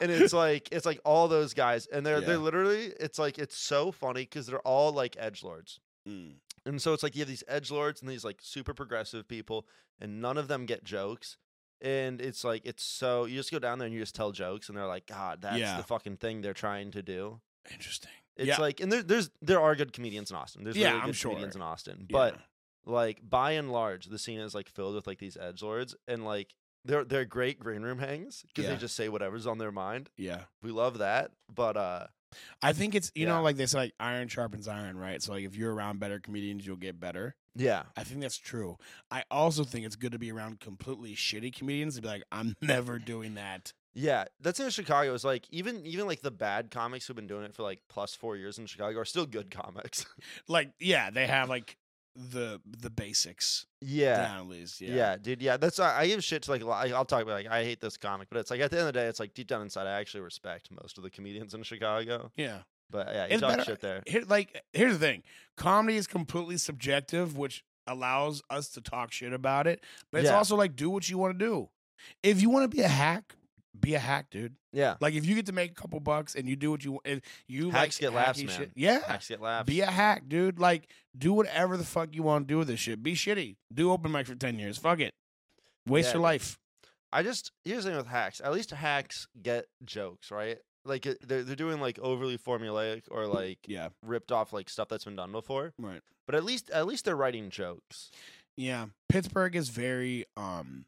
Speaker 1: and it's like it's like all those guys and they're
Speaker 2: Yeah.
Speaker 1: they're literally it's like it's so funny because they're all like edge lords
Speaker 2: Mm.
Speaker 1: and so it's like you have these edge lords and these like super progressive people and none of them get jokes and it's like it's so you just go down there and you just tell jokes and they're like god that's
Speaker 2: Yeah.
Speaker 1: the fucking thing they're trying to do
Speaker 2: Interesting.
Speaker 1: it's
Speaker 2: yeah.
Speaker 1: like and there, there's there are good comedians in austin there's
Speaker 2: Yeah,
Speaker 1: really
Speaker 2: I'm
Speaker 1: good
Speaker 2: sure.
Speaker 1: comedians in austin
Speaker 2: Yeah.
Speaker 1: but like by and large the scene is like filled with like these edge lords and like they're they're great green room hangs because
Speaker 2: Yeah.
Speaker 1: they just say whatever's on their mind
Speaker 2: yeah,
Speaker 1: we love that but uh
Speaker 2: I think it's you
Speaker 1: Yeah.
Speaker 2: know like they say like iron sharpens iron, right? So like if you're around better comedians, you'll get better.
Speaker 1: yeah
Speaker 2: I think that's true. I also think it's good to be around completely shitty comedians and be like, I'm never doing that.
Speaker 1: yeah that's in chicago is like even even like the bad comics who've been doing it for like plus four years in chicago are still good comics
Speaker 2: Like yeah, they have like the the basics
Speaker 1: yeah.
Speaker 2: down at least.
Speaker 1: yeah
Speaker 2: Yeah.
Speaker 1: dude yeah that's i I give shit to like a lot- i'll talk about like i hate this comic but it's like at the end of the day it's like deep down inside i actually respect most of the comedians in chicago
Speaker 2: Yeah.
Speaker 1: but yeah you
Speaker 2: It's
Speaker 1: talk
Speaker 2: better-
Speaker 1: shit there
Speaker 2: Here, like here's the thing: comedy is completely subjective, which allows us to talk shit about it. But it's
Speaker 1: Yeah.
Speaker 2: also like do what you want to do. If you want to be a hack, be a hack, dude.
Speaker 1: yeah
Speaker 2: Like if you get to make a couple bucks and you do what you want, if you
Speaker 1: Hacks
Speaker 2: like
Speaker 1: get laughs,
Speaker 2: hacky
Speaker 1: man.
Speaker 2: shit- yeah.
Speaker 1: hacks get laughs
Speaker 2: Be a hack, dude. Like, do whatever the fuck you want to do with this shit. Be shitty. Do open mic for ten years. Fuck it. Waste
Speaker 1: Yeah,
Speaker 2: your
Speaker 1: dude.
Speaker 2: life.
Speaker 1: I just here's the thing with hacks. At least hacks get jokes, right? Like it- they're they're doing like overly formulaic or like
Speaker 2: Yeah.
Speaker 1: ripped off like stuff that's been done before.
Speaker 2: Right.
Speaker 1: But at least at least they're writing jokes.
Speaker 2: Yeah. Pittsburgh is very um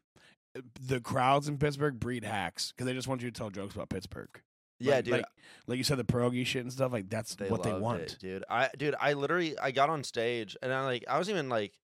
Speaker 2: the crowds in Pittsburgh breed hacks because they just want you to tell jokes about Pittsburgh.
Speaker 1: Yeah,
Speaker 2: like,
Speaker 1: dude. uh,
Speaker 2: Like, like you said, the pierogi shit and stuff. Like that's
Speaker 1: they
Speaker 2: what they
Speaker 1: loved
Speaker 2: want.
Speaker 1: it, dude. I dude, I literally I got on stage and I like I was even like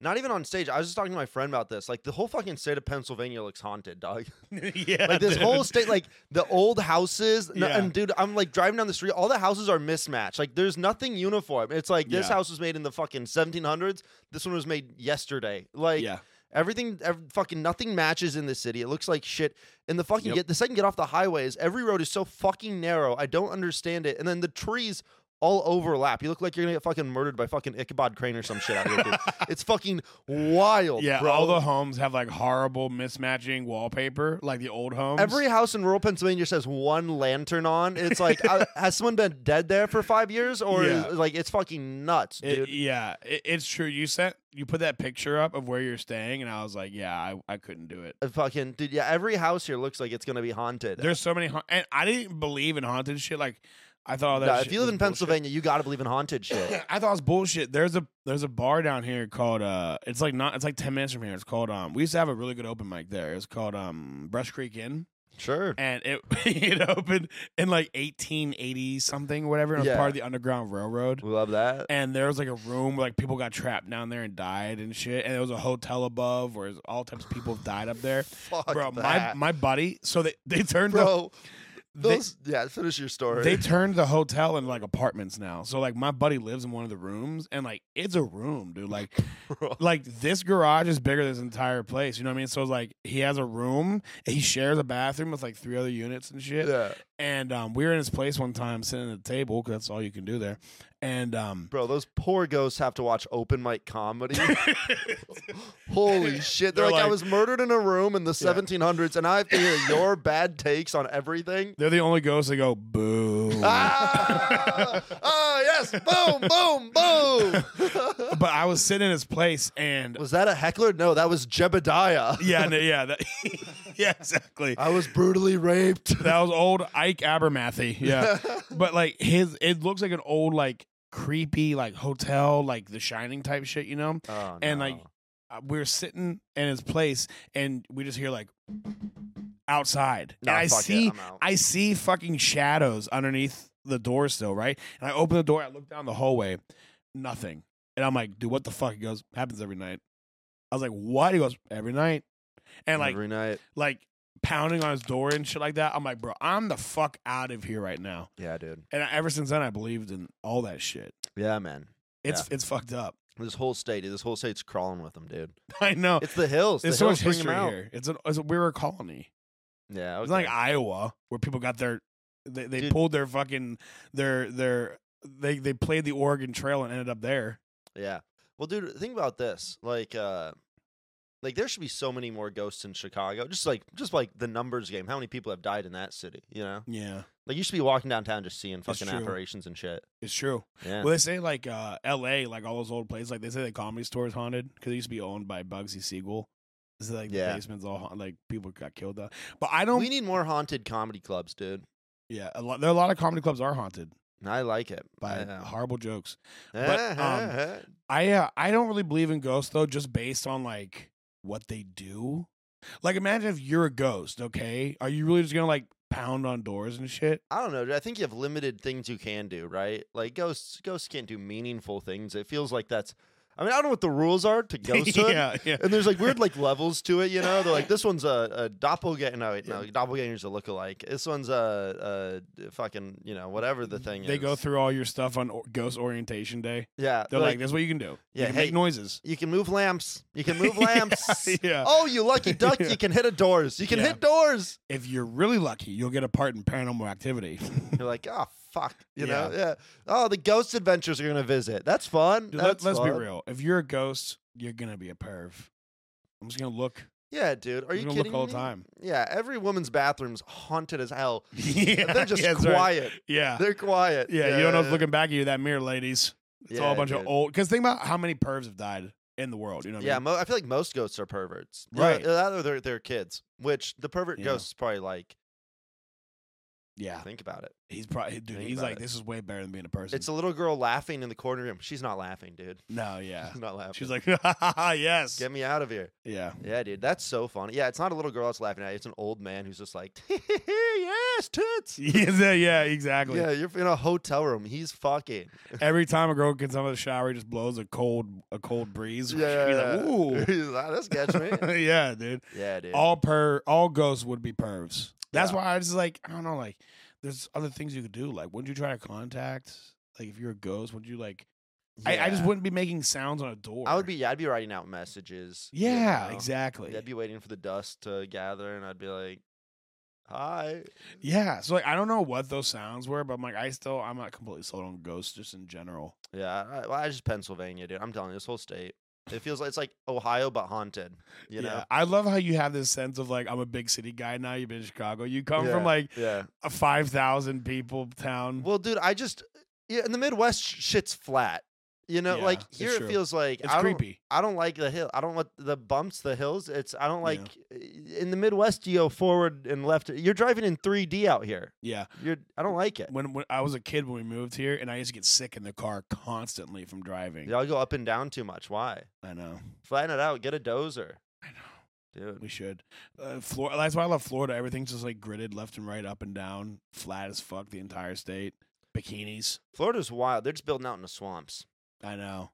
Speaker 1: not even on stage. I was just talking to my friend about this. Like the whole fucking state of Pennsylvania looks haunted, dog.
Speaker 2: yeah,
Speaker 1: Like this whole
Speaker 2: dude.
Speaker 1: state, like the old houses. no-
Speaker 2: Yeah.
Speaker 1: and dude, I'm like driving down the street. All the houses are mismatched. Like there's nothing uniform. It's like this
Speaker 2: Yeah.
Speaker 1: house was made in the fucking 1700s. This one was made yesterday. Like
Speaker 2: yeah,
Speaker 1: everything, ev- fucking nothing matches in this city. It looks like shit. And the fucking
Speaker 2: Yep.
Speaker 1: get the second get off the highways, every road is so fucking narrow. I don't understand it. And then the trees all overlap. You look like you're gonna get fucking murdered by fucking Ichabod Crane or some shit out here. Dude. it's fucking wild,
Speaker 2: Yeah,
Speaker 1: bro.
Speaker 2: all the homes have like horrible mismatching wallpaper, like the old homes.
Speaker 1: Every house in rural Pennsylvania just has one lantern on. It's like, uh, has someone been dead there for five years, or
Speaker 2: Yeah.
Speaker 1: is, like it's fucking nuts,
Speaker 2: It-
Speaker 1: dude.
Speaker 2: yeah, it, it's true. You sent you put that picture up of where you're staying, and I was like, yeah, I, I couldn't do it.
Speaker 1: Uh, fucking dude, yeah. Every house here looks like it's gonna be haunted.
Speaker 2: There's so many, haun- and I didn't believe in haunted shit. Like I thought all that.
Speaker 1: Nah,
Speaker 2: shit
Speaker 1: if you live
Speaker 2: was
Speaker 1: in
Speaker 2: bullshit.
Speaker 1: Pennsylvania, you gotta believe in haunted shit.
Speaker 2: I thought it was bullshit. There's a there's a bar down here called uh it's like not it's like ten minutes from here. It's called um we used to have a really good open mic there. It was called um Brush Creek Inn.
Speaker 1: sure.
Speaker 2: And it it opened in like eighteen eighty something, whatever. It was
Speaker 1: Yeah.
Speaker 2: part of the Underground Railroad.
Speaker 1: We love that.
Speaker 2: And there was like a room where like people got trapped down there and died and shit. And there was a hotel above where all types of people died up there.
Speaker 1: Fuck
Speaker 2: Bro,
Speaker 1: that.
Speaker 2: my my buddy so they, they turned the
Speaker 1: bro.
Speaker 2: they-
Speaker 1: Those, yeah, finish your story.
Speaker 2: They turned the hotel into like apartments now. So like my buddy lives in one of the rooms and like it's a room, dude. Like
Speaker 1: Bro.
Speaker 2: like this garage is bigger than this entire place. You know what I mean? So like he has a room, and he shares a bathroom with like three other units and shit.
Speaker 1: yeah,
Speaker 2: And um, we were in his place one time sitting at a table because that's all you can do there. And um,
Speaker 1: bro, those poor ghosts have to watch open mic comedy. Holy shit! They're,
Speaker 2: They're
Speaker 1: like, I
Speaker 2: like-
Speaker 1: was murdered in a room in the 1700s, and I have to hear your bad takes on everything.
Speaker 2: they're the only ghosts that go boo.
Speaker 1: Ah! oh yes! Boom! Boom! Boom!
Speaker 2: But I was sitting in his place and
Speaker 1: was that a heckler? No, that was Jebediah.
Speaker 2: yeah, no, yeah, that, yeah, exactly.
Speaker 1: I was brutally raped.
Speaker 2: That was old Ike Abermathy. Yeah. Oh, but like his it looks like an old like creepy like hotel like the shining type shit, you know?
Speaker 1: Oh,
Speaker 2: And, like, Uh, we are sitting in his place and we just hear like outside.
Speaker 1: Nah,
Speaker 2: and I
Speaker 1: fuck it,
Speaker 2: see
Speaker 1: I'm out.
Speaker 2: I see fucking shadows underneath the door still, right? And I open the door, I look down the hallway, nothing. And I'm like, dude, what the fuck? He goes, happens every night. I was like, what? He goes, every night. And like
Speaker 1: every night.
Speaker 2: like pounding on his door and shit like that. I'm like, bro, I'm the fuck out of here right now.
Speaker 1: Yeah, dude.
Speaker 2: And I, ever since then, I believed in all that shit.
Speaker 1: Yeah, man.
Speaker 2: It's it's fucked up.
Speaker 1: This whole state, dude, this whole state's crawling with them, dude.
Speaker 2: I know.
Speaker 1: It's the hills.
Speaker 2: There's
Speaker 1: the
Speaker 2: so
Speaker 1: hills
Speaker 2: much
Speaker 1: bring 'em
Speaker 2: Oh, history
Speaker 1: out.
Speaker 2: here. It's a, it's a, we were a colony.
Speaker 1: Yeah,
Speaker 2: It's
Speaker 1: okay.
Speaker 2: not like Iowa where people got their they, they
Speaker 1: Dude.
Speaker 2: pulled their fucking their their they they played the Oregon Trail and ended up there.
Speaker 1: yeah. Well, dude, think about this. Like, uh, like there should be so many more ghosts in Chicago. Just like, just like the numbers game. How many people have died in that city? You know,
Speaker 2: Yeah,
Speaker 1: like you should be walking downtown just seeing fucking
Speaker 2: true.
Speaker 1: apparitions and shit.
Speaker 2: it's true.
Speaker 1: Yeah.
Speaker 2: Well, they say like uh, L.A. like all those old places like they say the comedy store is haunted because it used to be owned by Bugsy Siegel. Is like
Speaker 1: Yeah.
Speaker 2: the basement's all haunted, like people got killed. Down. But I don't
Speaker 1: we need more haunted comedy clubs, dude.
Speaker 2: Yeah, a lot, there are a lot of comedy clubs are haunted
Speaker 1: And I like it.
Speaker 2: by
Speaker 1: Yeah.
Speaker 2: horrible jokes. but, um, I uh, I don't really believe in ghosts though, just based on like what they do. Like, imagine if you're a ghost. Okay, are you really just gonna like pound on doors and shit?
Speaker 1: I don't know. dude. I think you have limited things you can do, right? Like ghosts, ghosts can't do meaningful things. It feels like that's. I mean, I don't know what the rules are to ghosthood.
Speaker 2: yeah, yeah.
Speaker 1: And there's like weird like levels to it, you know. They're like this one's a, a doppelganger. No, wait, no, doppelganger's a lookalike. This one's a, a fucking you know whatever the thing is.
Speaker 2: They go through all your stuff on or- ghost orientation day.
Speaker 1: Yeah,
Speaker 2: They're like, "That's what you can do.
Speaker 1: Yeah,
Speaker 2: you can
Speaker 1: hey-
Speaker 2: make noises."
Speaker 1: you can move lamps. You can move lamps.
Speaker 2: yeah.
Speaker 1: Oh, you lucky duck! You can hit a doors. You can
Speaker 2: Yeah.
Speaker 1: hit doors.
Speaker 2: If you're really lucky, you'll get a part in Paranormal Activity.
Speaker 1: You're like, oh fuck, you know,
Speaker 2: Yeah.
Speaker 1: yeah. Oh, the ghost adventures are gonna visit. That's fun.
Speaker 2: Dude, let,
Speaker 1: That's
Speaker 2: let's be
Speaker 1: fun.
Speaker 2: real. If you're a ghost, you're gonna be a perv. I'm just gonna look.
Speaker 1: Yeah, dude. Are
Speaker 2: I'm
Speaker 1: you
Speaker 2: gonna
Speaker 1: kidding
Speaker 2: look all
Speaker 1: me?
Speaker 2: the time.
Speaker 1: Yeah, every woman's bathroom's haunted as hell.
Speaker 2: yeah,
Speaker 1: They're just
Speaker 2: yeah, that's right.
Speaker 1: quiet.
Speaker 2: Yeah.
Speaker 1: They're quiet.
Speaker 2: Yeah, you don't know if looking back at you that mirror, ladies. It's all a
Speaker 1: Yeah,
Speaker 2: bunch of
Speaker 1: dude.
Speaker 2: old. Because think about how many pervs have died in the world. You know, what
Speaker 1: yeah,
Speaker 2: I mean?
Speaker 1: mo- I feel like most ghosts are perverts. You know,
Speaker 2: Right.
Speaker 1: Either they're, they're kids, which the pervert
Speaker 2: Yeah.
Speaker 1: ghost is probably like,
Speaker 2: yeah.
Speaker 1: think about it.
Speaker 2: He's probably dude.
Speaker 1: Think
Speaker 2: He's
Speaker 1: about
Speaker 2: like,
Speaker 1: it.
Speaker 2: this is way better than being a person.
Speaker 1: It's a little girl laughing in the corner room. She's not laughing, dude.
Speaker 2: no, yeah.
Speaker 1: She's not laughing.
Speaker 2: She's like, yes,
Speaker 1: get me out of here.
Speaker 2: yeah.
Speaker 1: Yeah, dude. That's so funny. Yeah, it's not a little girl that's laughing at you. It's an old man who's just like, yes, toots.
Speaker 2: yeah, yeah, exactly.
Speaker 1: Yeah, you're in a hotel room. He's fucking.
Speaker 2: Every time a girl gets out of the shower, he just blows a cold, a cold breeze. He's like, ooh,
Speaker 1: He's like, "This gets me."
Speaker 2: yeah, dude.
Speaker 1: yeah, dude.
Speaker 2: All per, all ghosts would be pervs. That's
Speaker 1: Yeah.
Speaker 2: why I was like, I don't know, like, there's other things you could do. Like, wouldn't you try to contact? Like, if you're a ghost, would you like I, I just
Speaker 1: Yeah.
Speaker 2: wouldn't be making sounds on a door.
Speaker 1: I would be. Yeah, I'd be writing out messages. you
Speaker 2: Yeah,
Speaker 1: know.
Speaker 2: exactly.
Speaker 1: I'd be waiting for the dust to gather, and I'd be like, hi.
Speaker 2: Yeah. So like I don't know what those sounds were, but I'm like I still I'm not completely sold on ghosts just in general.
Speaker 1: Yeah, I, well, I just Pennsylvania, dude. I'm telling you, this whole state. It feels like it's like Ohio but haunted. You know?
Speaker 2: I love how you have this sense of like I'm a big city guy now. You've been to Chicago. You come
Speaker 1: Yeah,
Speaker 2: from like
Speaker 1: yeah.
Speaker 2: a five thousand people town.
Speaker 1: Well, dude, I just yeah, in the Midwest, sh- shit's flat. You know,
Speaker 2: Yeah,
Speaker 1: like
Speaker 2: it's
Speaker 1: here
Speaker 2: true.
Speaker 1: it feels like
Speaker 2: it's
Speaker 1: I don't-
Speaker 2: creepy.
Speaker 1: I don't like the hill. I don't want the bumps, the hills. It's I don't
Speaker 2: Yeah.
Speaker 1: like eh, in the Midwest. You go forward and left. You're driving in 3D out here.
Speaker 2: Yeah.
Speaker 1: You're I don't like it.
Speaker 2: When when I was a kid when we moved here, and I used to get sick in the car constantly from driving.
Speaker 1: Y'all go up and down too much. Why?
Speaker 2: I know.
Speaker 1: Flatten it out. Get a dozer,
Speaker 2: I know.
Speaker 1: dude.
Speaker 2: We should. Uh, Florida. That's why I love Florida. Everything's just like gridded left and right, up and down, flat as fuck. The entire state. Bikinis.
Speaker 1: Florida's wild. They're just building out in the swamps.
Speaker 2: I know.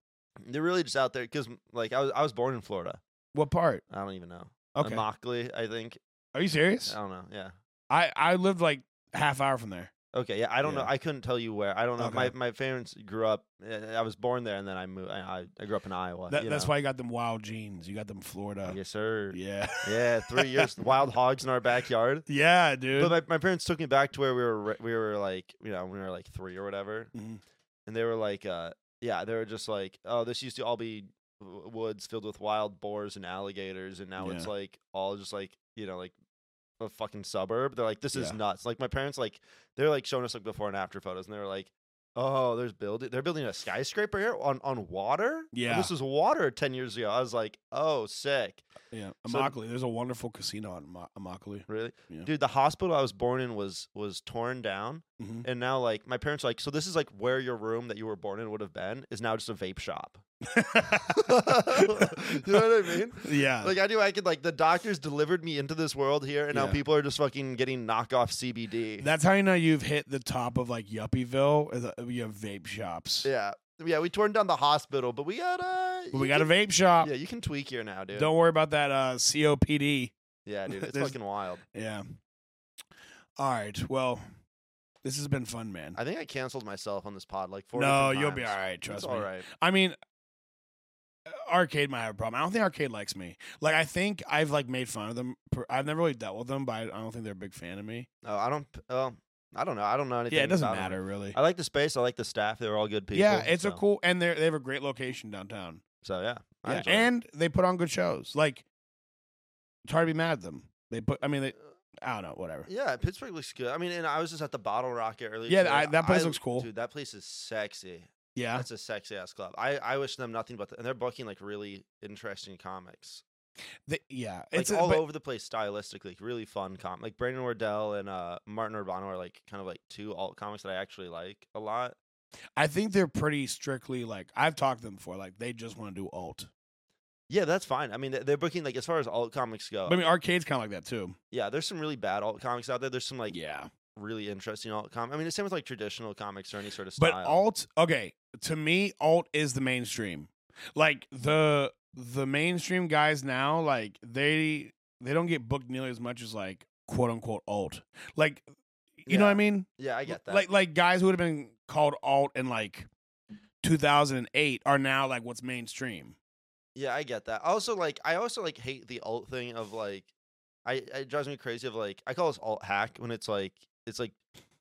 Speaker 1: They're really just out there because like I was I was born in Florida.
Speaker 2: What part?
Speaker 1: I don't even know.
Speaker 2: Okay.
Speaker 1: Immokalee, I think.
Speaker 2: Are you serious?
Speaker 1: I don't know. Yeah.
Speaker 2: I I lived like half hour from there.
Speaker 1: Okay, yeah, I don't know.
Speaker 2: Yeah.
Speaker 1: I couldn't tell you where. I don't know. My
Speaker 2: Okay.
Speaker 1: my parents grew up. uh, I was born there, and then I moved. I, I- I grew up in Iowa.
Speaker 2: That,
Speaker 1: you
Speaker 2: that's
Speaker 1: know.
Speaker 2: why you got them wild jeans. You got them Florida.
Speaker 1: Yes, sir. Yeah,
Speaker 2: Yeah.
Speaker 1: three years. wild hogs in our backyard.
Speaker 2: Yeah, dude.
Speaker 1: But my, my parents took me back to where we were. ri- We were like, you know, we were like three or whatever,
Speaker 2: Mhm.
Speaker 1: and they were like, uh, yeah, they were just like, oh, this used to all be w- woods filled with wild boars and alligators, and now it's
Speaker 2: Yeah.
Speaker 1: like all just like you know like a fucking suburb. They're like, this is
Speaker 2: Yeah.
Speaker 1: nuts. Like my parents like they're like showing us like before and after photos, and they were like. Oh, there's building. They're building a skyscraper here on, on water.
Speaker 2: Yeah.
Speaker 1: this was water ten years ago. I was like, oh, sick.
Speaker 2: yeah.
Speaker 1: so-
Speaker 2: Immokalee. There's a wonderful casino in Immo- Immokalee.
Speaker 1: Really,
Speaker 2: Yeah.
Speaker 1: dude. The hospital I was born in was was torn down,
Speaker 2: Mhm.
Speaker 1: and now like my parents are like, so this is like where your room that you were born in would have been is now just a vape shop. You know what I mean?
Speaker 2: Yeah.
Speaker 1: Like I knew I could like the doctors delivered me into this world here, and now
Speaker 2: Yeah.
Speaker 1: people are just fucking getting knockoff CBD.
Speaker 2: that's how you know you've hit the top of like Yuppieville. is, uh, You have vape shops.
Speaker 1: yeah, yeah. We torn down the hospital, but we got uh,
Speaker 2: But
Speaker 1: you
Speaker 2: we got a
Speaker 1: can-
Speaker 2: vape shop.
Speaker 1: Yeah, you can tweak here now, dude.
Speaker 2: Don't worry about that uh, COPD.
Speaker 1: Yeah, dude. It's
Speaker 2: There's-
Speaker 1: fucking wild.
Speaker 2: Yeah. All right. Well, this has been fun, man.
Speaker 1: I think I canceled myself on this pod like four.
Speaker 2: No,
Speaker 1: different
Speaker 2: you'll be all
Speaker 1: times.
Speaker 2: right.
Speaker 1: It's
Speaker 2: Trust me.
Speaker 1: all right.
Speaker 2: I mean, uh, arcade might have a problem. I don't think arcade likes me. Like, I think I've like made fun of them. per- I've never really dealt with them, but I I don't think they're a big fan of me.
Speaker 1: Oh, I don't. Well, I don't know. I don't know anything.
Speaker 2: yeah, it doesn't
Speaker 1: about 'em.
Speaker 2: matter really.
Speaker 1: I like the space. I like the staff. They were all good people.
Speaker 2: yeah, it's
Speaker 1: so,
Speaker 2: a cool, and they they have a great location downtown.
Speaker 1: So yeah, I
Speaker 2: Yeah,
Speaker 1: enjoyed it.
Speaker 2: and they put on good shows. Like, it's hard to be mad at them. They put. I mean, they. I don't know. Whatever.
Speaker 1: Uh, yeah, Pittsburgh looks good. I mean, and I was just at the Bottle Rocket earlier.
Speaker 2: Yeah,
Speaker 1: today.
Speaker 2: I- that place looks cool.
Speaker 1: dude. That place is sexy.
Speaker 2: Yeah.
Speaker 1: That's a sexy ass club. I, I wish them nothing but, the, and they're booking like really interesting comics,
Speaker 2: They, yeah.
Speaker 1: like
Speaker 2: It's a-
Speaker 1: all
Speaker 2: but-
Speaker 1: over the place stylistically. Like, really fun com. Like Brandon Wardell and uh, Martin Urbano are like kind of like two alt comics that I actually like a lot.
Speaker 2: I think they're pretty strictly like I've talked to them before. Like they just want to do alt.
Speaker 1: Yeah, that's fine. I mean, they- they're booking like as far as alt comics go.
Speaker 2: But I mean, arcade's kind of like that too.
Speaker 1: yeah, there's some really bad alt comics out there. There's some like
Speaker 2: yeah.
Speaker 1: really interesting alt comics. I mean, it's same with like traditional comics or any sort of style.
Speaker 2: But alt, okay, to me, alt is the mainstream. Like the the mainstream guys now, like they they don't get booked nearly as much as like quote unquote alt. Like you know what I
Speaker 1: Yeah,
Speaker 2: mean?
Speaker 1: Yeah, I get that.
Speaker 2: Like like guys who would have been called alt in like 2008 are now like what's mainstream.
Speaker 1: yeah, I get that. Also, like, I also like hate the alt thing of like, I it drives me crazy. Of like, I call this alt hack when it's like it's like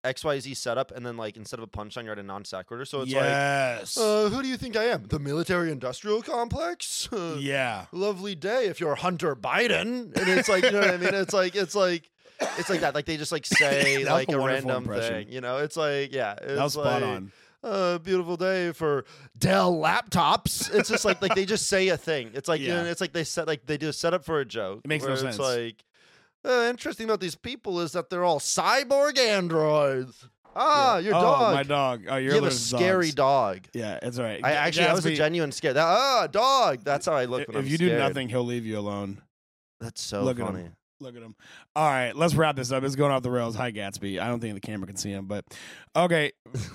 Speaker 1: X Y Z setup, and then like instead of a punchline, you're at a non sequitur. So it's
Speaker 2: yes.
Speaker 1: like, uh, who do you think I am? The military industrial complex. Uh,
Speaker 2: yeah.
Speaker 1: Lovely day if you're Hunter Biden, and it's like you know what I mean. It's like it's like it's like that. Like they just like say
Speaker 2: That was
Speaker 1: like
Speaker 2: a
Speaker 1: a
Speaker 2: wonderful
Speaker 1: random
Speaker 2: impression.
Speaker 1: thing. You know, it's like yeah, it's
Speaker 2: That was spot
Speaker 1: like-
Speaker 2: on.
Speaker 1: uh, beautiful day for Dell laptops. It's just like like they just say a thing. It's like you know,
Speaker 2: Yeah.
Speaker 1: it's like they set like they do a setup for a joke.
Speaker 2: It makes no
Speaker 1: where
Speaker 2: sense.
Speaker 1: It's like uh, interesting about these people is that they're all cyborg androids. Ah, your
Speaker 2: oh,
Speaker 1: dog.
Speaker 2: my dog. Oh,
Speaker 1: You
Speaker 2: you're
Speaker 1: have a scary dog.
Speaker 2: Yeah, it's all right.
Speaker 1: I
Speaker 2: G-
Speaker 1: actually, I was a
Speaker 2: Gatsby,
Speaker 1: genuine scare. That, ah, dog. That's how I look
Speaker 2: If
Speaker 1: when I'm
Speaker 2: you do
Speaker 1: scared.
Speaker 2: nothing, he'll leave you alone.
Speaker 1: that's so
Speaker 2: look at
Speaker 1: funny.
Speaker 2: him. Look at him. All right, let's wrap this up. It's going off the rails. Hi, Gatsby. I don't think the camera can see him, but okay,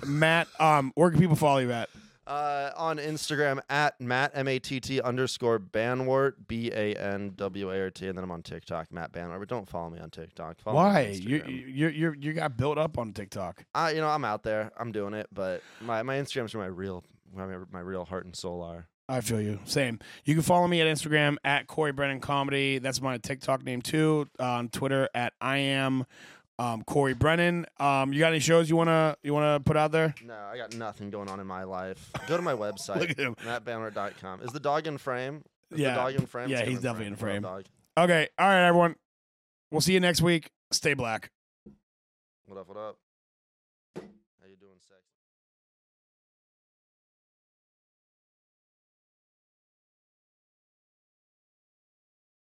Speaker 2: Matt. Um, where can people follow you at?
Speaker 1: Uh, on Instagram at Matt M A T T underscore Banwart B A N W A R T, and then I'm on TikTok Matt Banwart. But don't follow me on TikTok. Follow me on
Speaker 2: Why you
Speaker 1: Instagram.
Speaker 2: you you you got built up on TikTok?
Speaker 1: I, you know, I'm out there. I'm doing it, but my my Instagrams where my real where my, my real heart and soul are.
Speaker 2: I feel you. Same. You can follow me at Instagram at Corey Brennan Comedy. That's my TikTok name too. uh, on Twitter at I am um, Corey Brennan. Um, you got any shows you wanna you wanna put out there?
Speaker 1: No, I got nothing going on in my life. Go to my
Speaker 2: Look
Speaker 1: website,
Speaker 2: at him.
Speaker 1: mattbanner.com. Is the dog in frame? Is
Speaker 2: Yeah.
Speaker 1: The dog in frame?
Speaker 2: Yeah,
Speaker 1: It's
Speaker 2: he's
Speaker 1: gonna
Speaker 2: definitely in frame.
Speaker 1: What up, dog?
Speaker 2: Okay. All right, everyone. We'll see you next week. Stay black.
Speaker 1: What up? What up? How you doing, sex?